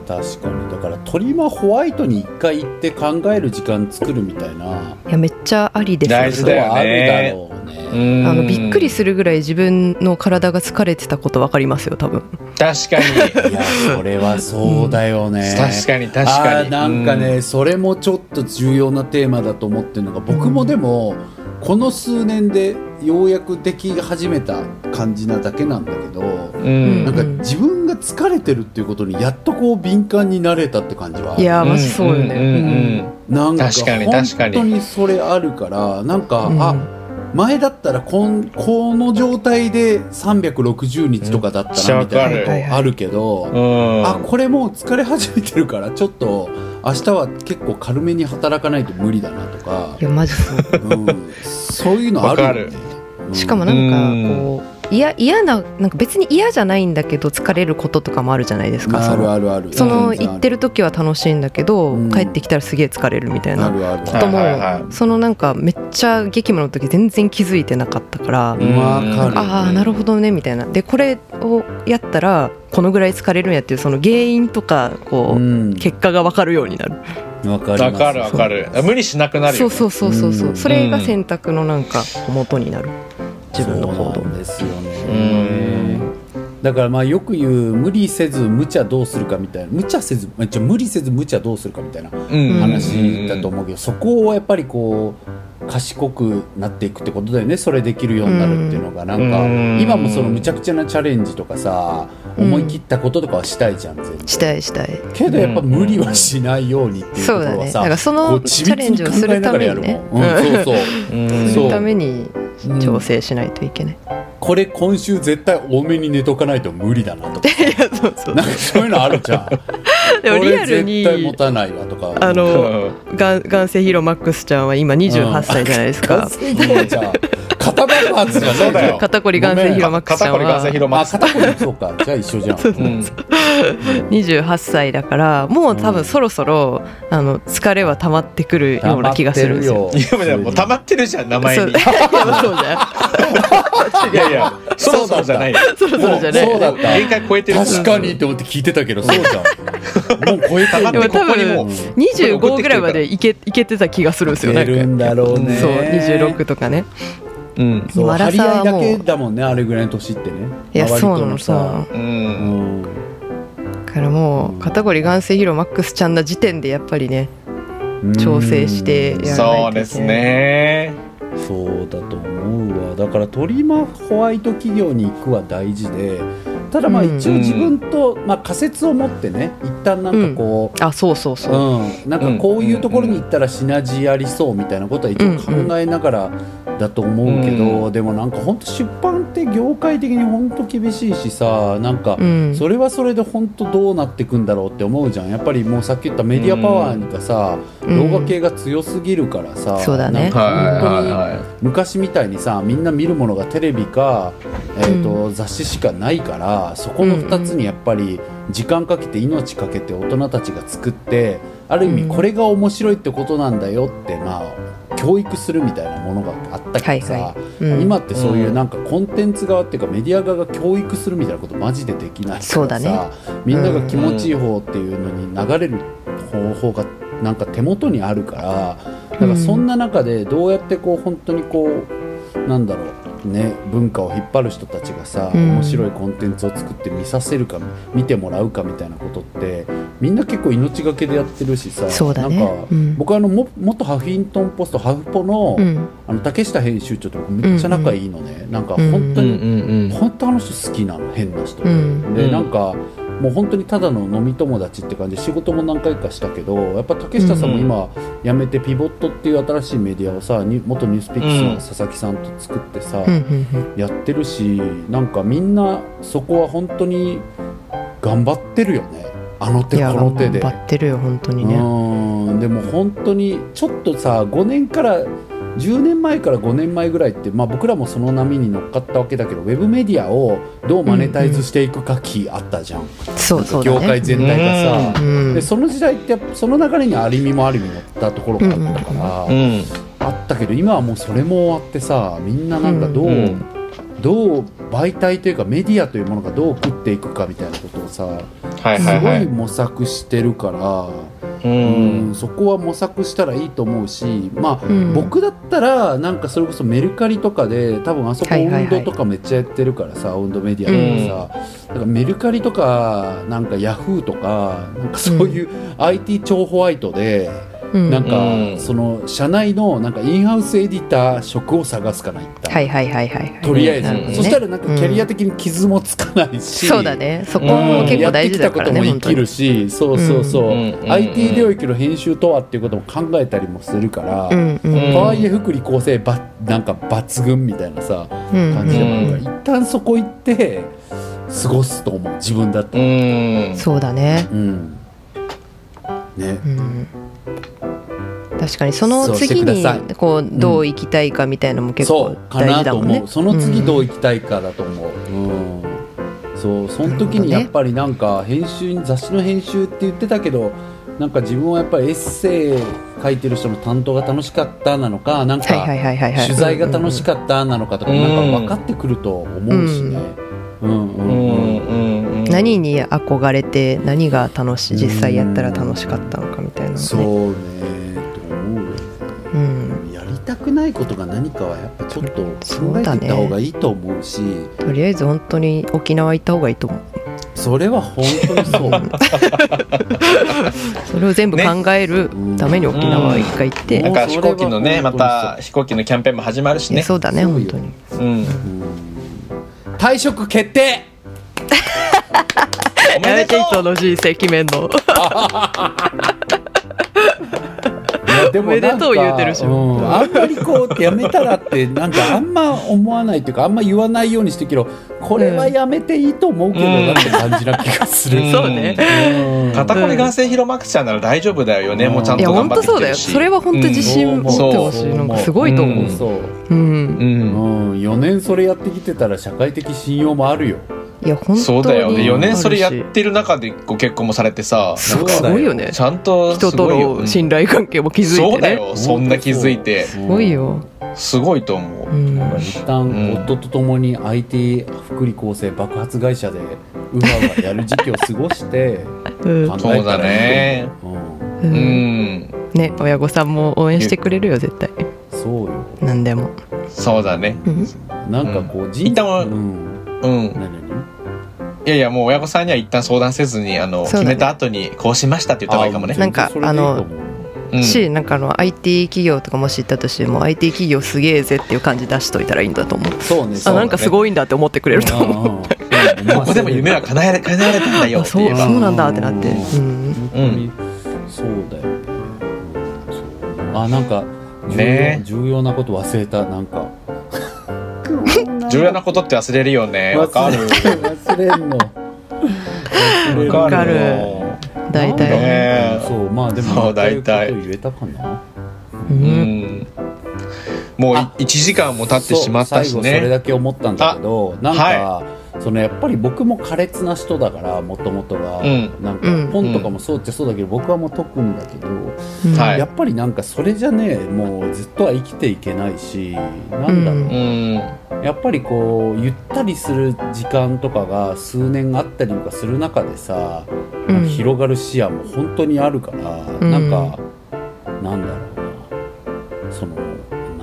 確かにだからトリマホワイトに一回行って考える時間作るみたいない
やめっちゃありです
大
こ
事
と
だよ
はあるだろうね、
あのびっくりするぐらい自分の体が疲れてたこと分かりますよ多分
確か に
いやそれはそうだよね、
確かに確か
あー
に
なんかね、それもちょっと重要なテーマだと思ってるのが僕もでも、この数年でようやくでき始めた感じなだけなんだけど、
うん
なんか
うん
自分が疲れてるっていうことにやっとこう敏感になれたって感じはい
やーマジそうよね
うんうん
なんか
確かに確かに
本当にそれあるからなんか、
うん
あ前だったらこんこの状態で360日とかだったな
うん
みたいな
めっ
こ
ちゃ
わかる
とあるけど、
うん
あこれもう疲れ始めてるからちょっと明日は結構軽めに働かないと無理だなとか
い、やマジそう
うん、そういうのあるよね。うん
しかもなんかこういや嫌ななんか別に嫌じゃないんだけど疲れることとかもあるじゃないですか
あ
そ
る
の
あるある
その
全然あ
行ってる時は楽しいんだけど、
うん
帰ってきたらすげえ疲れるみたい
あ
な
るある
こ
あ
こと
る
も、
はいはいはい
そのなんかめっちゃ激務の時全然気づいてなかったから、
うん
わかる
ああなるほどねみたいなでこれをやったらこのぐらい疲れるんやっていうその原因とかこう、
うん
結果が分かるようになる
わかり
わ
ます
かるわかる無理しなくなる
そ
よ
うそうそうそうそううんそれが選択のなんか元になる自分の行
そ
動
うなんですよね
うん
だからまあよく言う無理せず無茶どうするかみたいな無茶せずあちょ無理せず無茶どうするかみたいな
うん
話だと思うけど、そこをやっぱりこう賢くなっていくってことだよねそれできるようになるっていうのがなんか、
うん
今もそのむちゃくちゃなチャレンジとかさ、
うん
思い切ったこととかはしたいじゃん全然
したいしたい
けどやっぱ無理はしないようにっていうとこ
そうだ
ろは
ね
さ、
だからそ
こ
の
う緻
チ
密に
ャレンジをするためにね
考えながらやるもんうん、そう
うん
ん
す
そう
るために
そう、うん
調整しないと いけない、
これ今週絶対多めに寝とかないと無理だな とか
いやそうそう
なんかそういうのあるじゃんこ
でもリア
れ
ル
絶対持
に
たないわとか
あ
う
の
ん
がん眼性疲労マックスちゃんは今28歳じゃないですか、
じゃあ肩爆発じゃない
そうだよ
肩こり眼性疲労マックスちゃ
肩
ん
こり眼性疲
は
労
あ、
マックス
肩こりそうか。じゃあ一緒じゃん。
うん
28歳だからもう多
うん
分そろそろあの疲れは溜まってくるような気がするんですよ。
いやでももう溜まってるじゃん名前
そう
に
いやそうじゃ
いやいやそろそろじゃないよ
んそろそろじゃない
そうだった。
限界超えてるから
確かにって思って聞いてたけど、そうじゃん。もう超えた
溜まっ
んだ
てこ
でも多
こに
分
もう
25ぐらいまでいけいけてた気がするんですよ
出
ね。
るんだろうね。
そう26とかね。
うん
そう
マ
張
ラ
り
サ
合い
は
だ
もう
けだもんね、あれぐらいの年ってね。
いや
周り
そう
と
なのそうなの
さ。
う
うんん。
だからも
うん
う肩こり眼性疲労マックスちゃんな時点でやっぱりね調整してやら
そ
な
う
いといけない
ですね
そうだと思うわだからトリマホワイト企業に行くは大事でただまあ
うん
一応自分と、まあ、仮説を持ってね一旦なんかこ
あそうそう
う、う
そう。
んなんかこういうところに行ったらシナジーありそうみたいなことは一応考えながらだと思うけど、
うん
でもなんか本当出版って業界的に本当厳しいしさなんか。
うん。
それはそれで本当どうなっていくんだろうって思うじゃんやっぱりもうさっき言ったメディアパワーがさ、
うん
動画系が強すぎるからさ、
そうだね
なんか本当に
い
昔みたいにさみんな見るものがテレビか、えーと雑誌しかないからそこの2つにやっぱり時間かけて命かけて大人たちが作ってある意
う
味
ん
これが面白いってことなんだよってまあ教育するみたいなものがあったけどさ、
はいはうん
今ってそういううんなんかコンテンツ側っていうかメディア側が教育するみたいなことマジでできないからさ
そうだね
みんなが気持ちいい方っていうのに流れる方法がなんか手元にあるからだからそんな中でどうやってこう本当にこうなんだろうね、文化を引っ張る人たちがさ、
うん
面白いコンテンツを作って見させるか見てもらうかみたいなことってみんな結構命がけでやってるしさ
そうだね
なんか、
うん
僕はあのも元ハフィントン・ポストハフポの,、
うん
あの竹下編集長と僕めっちゃ仲いいのね、なんか本当
うん
に、
うん
本当あの人好きなの変な人、
うん
で
うん
なんかもう本当にただの飲み友達って感じで仕事も何回かしたけどやっぱ竹下さんも今辞めてピボットっていう新しいメディアをさに元ニュースピックスの佐々木さんと作ってさ、
うんうんうん
やってるしなんかみんなそこは本当に頑張ってるよねあの手
いや
この手で。
頑張ってるよ本当にね
うんでも本当にちょっとさ5年から10年前から5年前ぐらいって、まあ、僕らもその波に乗っかったわけだけどウェブメディアをどうマネタイズしていくか気あったじゃん、
そうそう
業界
だね
全体が
う
さ、
ん
でその時代ってやっぱその流れにありみもありみ乗ったところがあったから、
うん
あったけど今はもうそれも終わってさみんななんかどう、
うん
どう媒体というかメディアというものがどう食っていくかみたいなことをさ
はい
す
はい
ご
はいい
模索してるから。う
う
ん
ん
そこは模索したらいいと思うし、まあ
うん
僕だったらなんかそれこそメルカリとかで多分あそこ
はいはいはい
運動とかめっちゃやってるからさ、運動メディアとかさ、だからメルカリとかなんかヤフーとかなんかそういう IT 超ホワイトで、
うん
なん
うん
かその社内のなんかインハウスエディター職を探すかな一旦、
はいはいはいはいはい
とりあえず、
なるほどね
そしたらなんかキャリア的に傷もつかないし、
そうだねそこも結構大事だからね
うんやって
本
きたことも生
当
き
に
るしそうそうそう、
うんうんうんうん
IT 領域の編集とはっていうことも考えたりもするから、
うんうん
うん
とはいえ福利厚生ばなんか抜群みたいなさ
うん
感じで、
うんうん
一旦そこ行って過ごすと思う自分だった
う
ら。
ん
そうだね
うんね
うん確かにその
そうして
次
くださ
に
い
こうどう行きたいかみたいのも結
そ
構
うか
大
な
事だ
と
もん
思
ね
うその次ど
う
う行きたいかだと思う、うんそうその時に
なるほどね
やっぱりなんか編集に雑誌の編集って言ってたけどなんか自分はやっぱりエッセイ書いてる人の担当が楽しかったなのかなん
はいはい
か
はいはいはい
取材が楽しかったなのかとか
うん
なんか分かってくると思うしねうんう
うんん
うん
うん
何に憧れて何が楽しい実際やったら楽しかったのかみたいなのね
そうねと思うよね
うん、
やりたくないことが何かはやっぱちょっと考えていった方がいいと思うし
とりあえず本当に沖縄行った方がいいと思う
それは本当にそう。
それを全部考えるために沖縄一回行って、
ね
なんか飛行機のね
もう
ま
それは
た飛行機のキャンペーンも始まるし
いや
ね
そうだね本当に
うん
退職決定
おめでとう
の人生決めんの
でも
おめでとう言うてるし
ん、あんまりこうやめたらってなんかあんま思わないというかあんま言わないようにしてるけどこれはやめていいと思うけど
うん
なって感じな気がする、
うん
そうね
うん
肩こり眼性広まくちゃんなら大丈夫だよね、
うん
もうちゃん
いや
と
本
頑張
当
ってき
そう
て
だ
る
よ
し
それは本当自信持ってほしい
そう思う
なんかすごいと思う
うん
そう
う
う
ん、
ん
うん、4年それやってきてたら社会的信用もあるよ
いや本当に
そうだよね4年それや
あるし
ってる中でご結婚もされてさ
すごいすごいよね
ちゃんと
人
す
と
ごいよう
の
ん
信頼関係も築い
そ
て
うだ
ね
よそんな気づいて
す
すごいよ、
すごいと思
う、
うん
一旦夫と共に IT 福利厚生爆発会社でウハウハやる時期を過ごして
うん
考えたらいいと思
そうだね
うん
う
うんん
ね親御さんも応援してくれるよ絶対
そうよ
何でも、
そうだね
うん、
なんかこう人
一旦は
うん
うん
何々
いやいやもう親御さんには一旦相談せずにあの、
そうだ
決
ね
めた後にこうしましたって言った方がいいかもね
なんか
全然それでいいと思う
うん
しなんかあの IT 企業とかもし行ったとしても IT 企業すげえぜっていう感じ出しといたらいいんだと思う
そうね
あなんかすごいんだって思ってくれると思う
思
ここでも夢は叶えられ叶えられたんだよ
あ
って
そう
言えば
そうなんだってなってうん
本当にそうだよねうんそうあなんか重要,、
ね
重要なこと忘れたなんか
重要なことって忘れるよねわか
忘れ
る
忘れんの忘れ
わかる
の
大
なんだ
体
ねえ
そうまあでも
そう大体
言えたかな
う
うんんもう
あ
1時間も経ってしまったし
そう最後それ
ね
だけ思ったんだけどなんか、
は
そのやっぱり僕も苛烈な人だからもともとが、
うん
なん
うん
か本とかもそうっちゃそうだけど、僕はもう解くんだけど、
うん
はい
やっぱりなんかそれじゃねもうずっとは生きていけないしなんだろう、
うん
やっぱりこうゆったりする時間とかが数年あったりとかする中でさ、
うん
広がる視野も本当にあるから、
ん
なんかなんだろうなその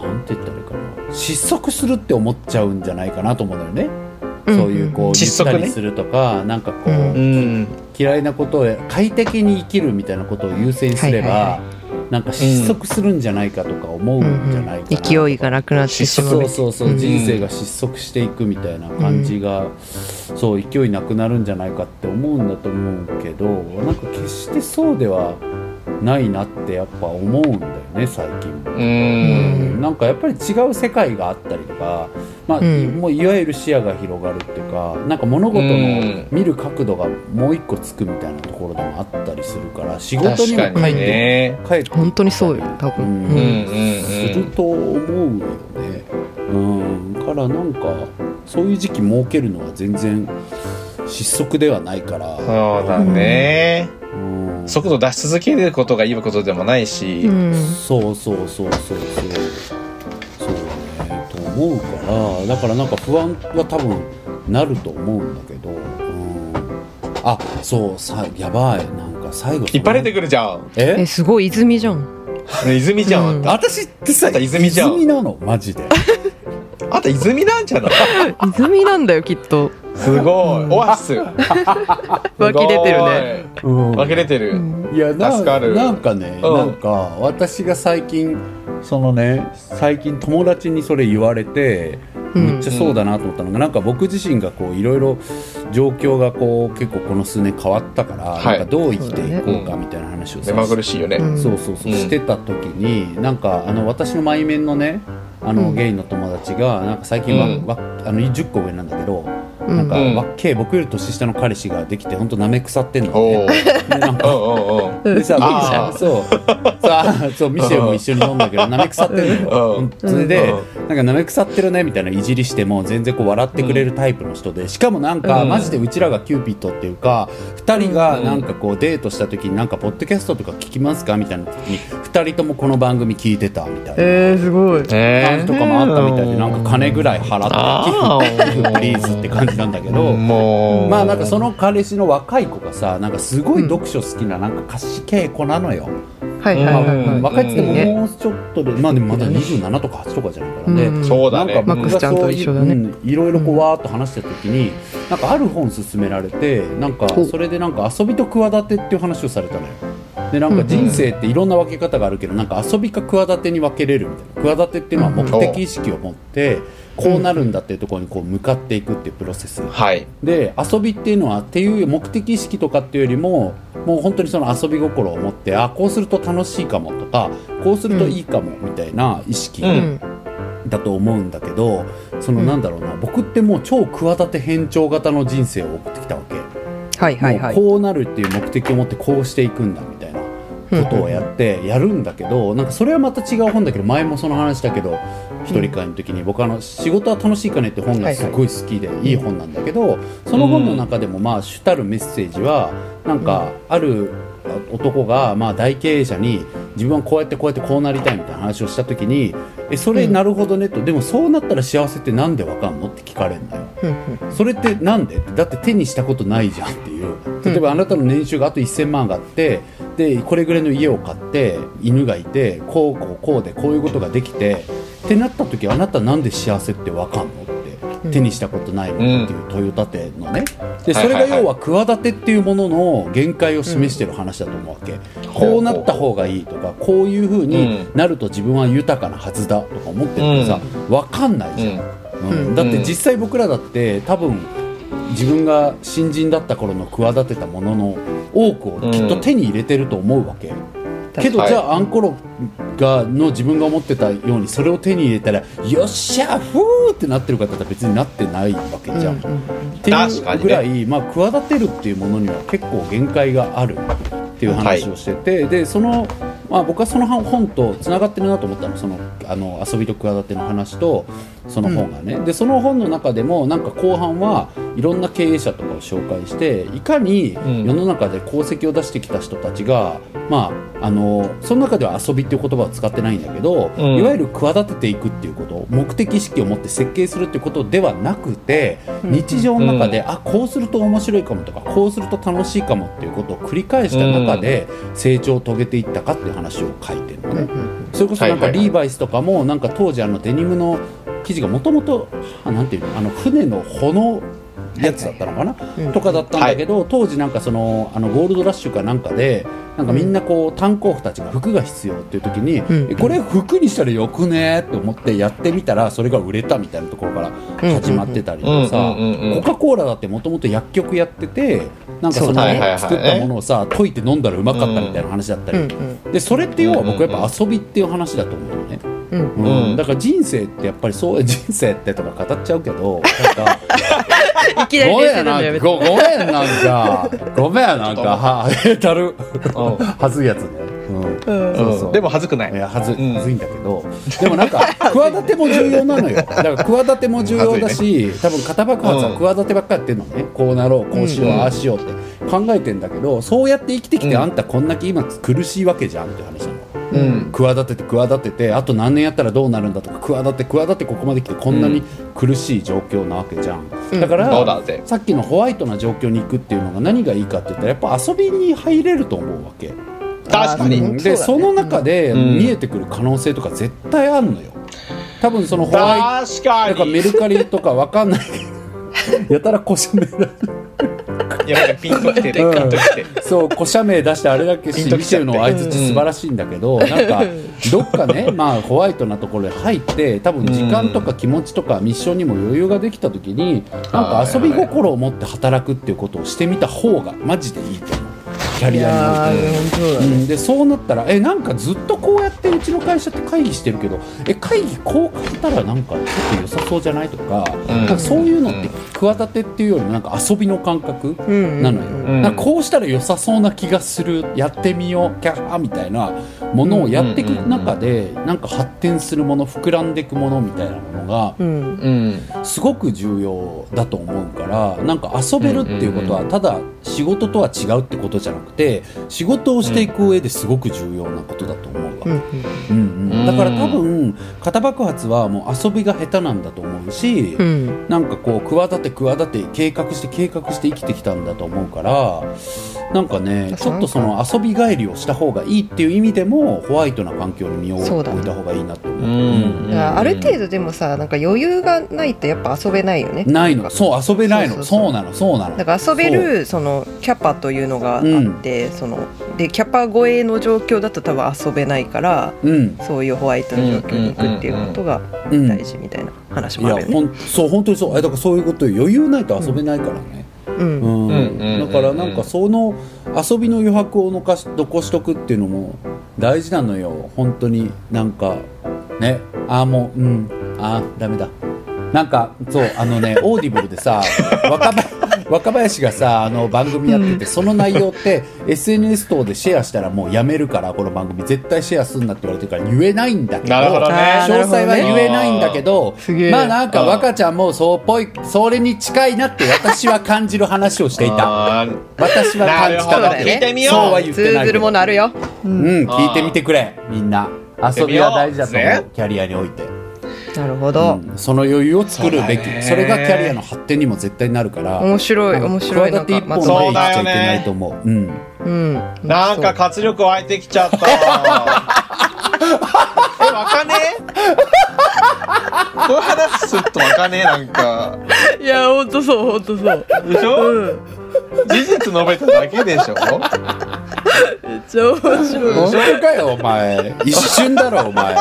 なんて言ったらいいかな失速するって思っちゃうんじゃないかなと思うのよね。
うん
そういうこうゆ
窒
った
息ね
りするとか、なんかこう、
うん
うん
嫌いなことを快適に生きるみたいなことを優先すれば、
はいは
なんか失速するんじゃないかとか思うんじゃないかなとか、
勢いがなくなってしま
そううそうそう、
うん
人生が失速していくみたいな感じが、そう勢いなくなるんじゃないかって思うんだと思うけどなんか決してそうではないなってやっぱ思うんだよね最近も。
うん
なんかやっぱり違う世界があったりとか、まあ
うん
もういわゆる視野が広がるっていうかなんか物事の見る角度がもう一個つくみたいなところでもあったりするから仕事にも
確かに
帰って
ね
帰って
本当にそうよ多分、
うん
うんう
うん
する
ん
と思うよね。うん、からなんかそういう時期設けるのは全然失速ではないから
うんそうだね
うん
速度出し続けることがいいことでもないし、
うん
そうそうそうそうそうそうだねと思うからだからなんか不安は多分なると思うんだけど、うん、あそうさやばいなんか最後
いっぱい出て
く
くるじゃん
え
えすごい泉じゃん
泉じゃん、
うん
あ
私ってさ
あんた泉じゃん
泉なのマジで
あと泉なんじゃない
泉なんだよきっと
すごい
うん
オア シス
湧き出てるね
ね
うん
湧き出てる、
うん
いやな
助かる
なんかね、
うん
なんか私が最近そのね最近友達にそれ言われて、
うん
めっちゃそうだなと思ったのがなんか僕自身がこういろいろ状況がこう結構この数年変わったから、
はい
なんかどう生きていこうか
うん
みたいな話を
目
さ、
まぐるしいよね、
うん
そうそうそう、
うん
してた時になんかあの私の前面のねあの、
うん
ゲイの友達がなんか最近
うん
わ、わあの10個上なんだけど、
う
なんか、
うん
わっけえ僕より年下の彼氏ができて本当なめ腐ってんの
お
ね。
お
でなんか
おうおう
うん
でさ、
あー
ミシェルそう、さ、そう、ミシェルも一緒に飲んだけど、なめ腐ってるの
う
よ
ん。
それで
う
な
ん、
んかなめ腐ってるねみたいないじりしても、全然こう笑ってくれるタイプの人で、しかもなんか、
うん
マジでうちらがキューピットっていうか、二人が
うん
なんかこうデートした時に、なんかポッドキャストとか聞きますかみたいな時に、二人ともこの番組聞いてたみたいな。
えー、すごい
え
感じとかもあったみたいで、なんか金ぐらい払
あ
って、
ー
寄付プリーズって感じなんだけど、
もう
まあなんかその彼氏の若い子がさなんかすごい読書好きななんか賢い子なのよ、
はいはいはいはい、
うん
若いっつって
いいね
ももうちょっとで、まあでもまだ27とか8とかじゃないからね、
うん
そうだね
なんか
マ
僕
ック
スちゃんと一緒だね
がそういううんいろいろこうわーっと話してた時に、なんかある本勧められてなんか
お
それでなんか遊びと企てっていう話をされたのよでなん
うんう
か
ん
人生っていろんな分け方があるけどなんか遊びか企てに分けれるみたいな企てっていうのは目的意識を持ってこうなるんだっていうところにこう向かっていくっていうプロセス
はい
で遊びっていうのはっていう目的意識とかっていうよりももう本当にその遊び心を持ってあこうすると楽しいかもとかこうするといいかもみたいな意識
うん
だと思うんだけど、その
うん
なんだろうな僕ってもう超企て偏重型の人生を送ってきたわけ、
はいはいはい
もうこうなるっていう目的を持ってこうしていくんだみたいなことをやってやるんだけど、なんかそれはまた違う本だけど前もその話だけど一人会の時に僕あの「仕事は楽しいかね」って本がすごい好きでいい本なんだけどその本の中でもまあ主たるメッセージはなんかある男がまあ大経営者に自分はこうやってこうやってこうなりたいみたいな話をした時に「えそれなるほどね」と「でもそうなったら幸せってなんでわかんの?」って聞かれるのよ。
うんうん
それってなんでだって手にしたことないじゃんっていう例えばあなたの年収があと1000万があってでこれぐらいの家を買って犬がいてこうこうこうでこういうことができてってなった時あなたなんで幸せってわかんのって手にしたことないのっていう問いを立てのねでそれが要は企てっていうものの限界を示してる話だと思うわけこうなった方がいいとかこういうふうになると自分は豊かなはずだとか思ってるけどさわかんないじゃんうん
うん
だって実際僕らだって多分自分が新人だった頃の企てたものの多くをきっと手に入れてると思うわけ、けど
はい
じゃああんころがの自分が思ってたようにそれを手に入れたらよっしゃふーってなってる方って別になってないわけじゃん、
うん
っ
うん
て
確か
いう
にね
ぐらい、まあ、企てるっていうものには結構限界があるっていう話をしてて、でその、まあ、僕はその本とつながってるなと思ったのそのあの遊びと企ての話とその本がね、でその本の中でもなんか後半はいろんな経営者とかを紹介していかに
うん
世の中で功績を出してきた人たちが、まあ、あのその中では遊びっていう言葉は使ってないんだけど、
うん
いわゆる企てていくっていうこと目的意識を持って設計するっていうことではなくて
うん
日常の中で、あこうすると面白いかもとかこうすると楽しいかもっていうことを繰り返した中で成長を遂げていったかっていう話を書いてるのね。
うん
それこそなんか
はいはいはい
リーバイスとかもなんか当時あのデニムの生地がもともとなんていうのあの船の帆のやつだったのかな、
うん
とかだったんだけど、当時なんかそのあのゴールドラッシュかなんかでなんかみんなこう炭鉱夫たちが服が必要っていう時に、
ん
えこれ服にしたらよくねと思ってやってみたらそれが売れたみたいなところから始まってたりとかさ、
うんうんうんうんうん
コカ・コーラだってもともと薬局やっててなんかそ
そう
の
だね
作ったものをさ溶いて飲んだらうまかったみたいな話だったり、でそれって要は僕やっぱ遊びっていう話だと思うのね、
うんうん
うん
うん
だから人生ってやっぱりそう人生ってとか語っちゃうけどなんか
いきなり
ご
冷
めん
静
や
なのや
な
め
ご
て
ごめんなんかごめんやなんかはえたる
うん
はずいやつね、うん、そうそう
でも恥ずくない
いやはず
うん
はずいんだけど、でもなん か企ても重要なのよだから企ても重要だし、多分肩爆発は企てばっかやってるのねこうなろうこうしよう、
うん
ああしようって考えてんだけどそうやって生きてきて、
うん
あんたこんだけ今苦しいわけじゃんって話なの。
うん
企てて企ててあと何年やったらどうなるんだとか企て企てここまで来てこんなに苦しい状況なわけじゃん、
うん
だから、
そうだぜ
さっきのホワイトな状況に行くっていうのが何がいいかって言ったらやっぱ遊びに入れると思うわけ、
確か
う
に
ん
で
そ
そう
だ
の
ね
中で
うん
見えてくる可能性とか絶対あんのよ多分そのホワイ
確か
トとかメ
に
ルカリとかわかんないけどやたらこしゃめだ
いやなんかピンときてるピンときてる
そう、古社名出してあれだけし
ピンと
見
きち
て
ゃっ
る
て
の相づち素晴らしいんだけど、なんか、どっかね、まあ、ホワイトなところへ入って、多分時間とか気持ちとかミッションにも余裕ができた時に、なんか遊び心を持って働くっていうことをしてみた方が、マジでいいと思う。キャ
い
リアにおいて
やー本当だ
う
ね
ん、でそうなったらえなんかずっとこうやってうちの会社って会議してるけどえ会議こう変えたらなんかちょっと良さそうじゃないとか,、
うん
なんかそういうのって企てっていうよりもなんか遊びの感覚
ん
なのよ、
ん
なんかこうしたら良さそうな気がするやってみようキャーみたいなものをやっていく中で、なんか発展するもの膨らんでいくものみたいなものが
うん
うん
すごく重要だと思うからなんか遊べるっていうこと
う
は
ん
ただ仕事とは違うってことじゃなくて仕事をしていく上ですごく重要なことだと思うわ、
うん
うんうん
うん
だから多分肩爆発はもう遊びが下手なんだと思うし、
うん
なんかこう企て企て計画して計画して生きてきたんだと思うからなんかねち
そう
ょっとその遊び帰りをした方がいいっていう意味でもホワイトな環境に身を置いた方がいいなと思う。
うん
いやある程度でもさなんか余裕がないとやっぱ遊べないよね
ないのそう遊べないのそう
そうそうそう
なのそうなの
だから遊べるそのキャパというのがあって、そのでキャパ超えの状況だと多分遊べないから
うん
そういうホワイトの状況に行くっていうことが
うん
大事みたいな話
い
もあ
や
るよね。
ほんそう本当にそうあだからそういうことよ余裕ないと遊べないからね、
うん
うん
うんうん
だからなんかその遊びの余白を残し残しとくっていうのも大事なのよ本当になんかねああもううんああダメだなんかそうあのね オーディブルでさ若林若林がさあの番組やっててその内容って SNS 等でシェアしたらもうやめるからこの番組絶対シェアすんなって言われてるから言えないんだけど
なるほどね
あーな
詳
るほどね
細は言えないんだけど
すげえ
まあなんか
うん
若ちゃんもそうっぽいそれに近いなって私は感じる話をしていた
あー
私は感じただけ
なるほどね聞いて
みよう
そうは言っ
通
てない
ず
け
る
ど
ものあるよ。
うん聞いてみてくれみんな遊びは大事だと
聞いてみ
思
よ
うキャリアにおいて、
なるほ
う
ど。
ん、その余裕を作るべき
そう
そ,、
だね
れがキャリアの発展にも絶対なるから
面白い面白い
な
なんん
か
か
企て一
ま
歩
ず
そ
の
う
前に行っちゃ
だよ
い
ね
けないと思う、うん
うん
なんか活力湧いてき ちゃった。え、わかねえこういう話するとわかねえ、なんか。
いや本当そう本当そう。
でしょ、事実述べただけでしょ
めっちゃ面白
本当かよお前一瞬だろお前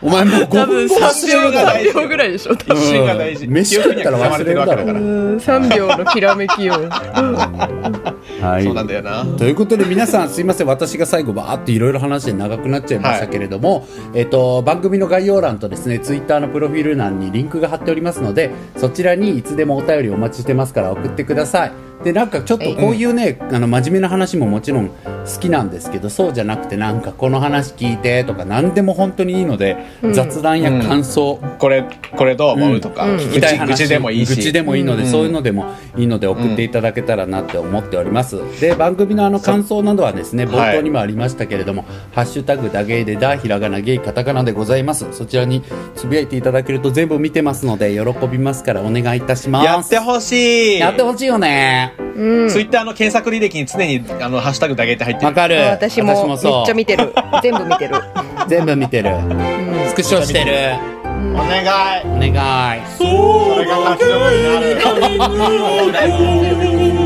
お前もう5分後忘れるだろ
三秒
らいでしょ。
一瞬が大事。
うん飯食ったら忘れるだろ
記憶には刻まてわけ
三秒のきらめきを。
は
そうなんだよな。
ということで皆さんすいません私が最後バーっていろいろ話して長くなっちゃいましたけれども、えっと番組の概要欄とですねツイッターのプロフィール欄にリンクが貼っておりますのでそちらにいつでもお便りお待ちしてますから送ってくださいでなんかちょっとこういうね、あの真面目な話ももちろん好きなんですけどそうじゃなくてなんかこの話聞いてとか何でも本当にいいので、雑談や感想、
これ、これどう思うとか、
うん
聞
愚
きた
痴
い 愚痴でもいいし。
愚痴でもいいので、そういうのでもいいので送っていただけたらなって思っております、で番組のあの感想などはですね
そう
冒頭にもありましたけれども「ハッシュタグだゲイでだひらがなゲイカタカナ」でございますそちらにつぶやいていただけると全部見てますので喜びますからお願いいたします
やってほしい。
やってほしいよね
ツイッターの検索履歴に常に、あの、ハッシュタグだけって入って
わ
る。
かる
私もめっ
そう
ちゃ見てる。全部見てる。
全部見てるスクショしてる
お願い
お願い
それが立ち止まりになる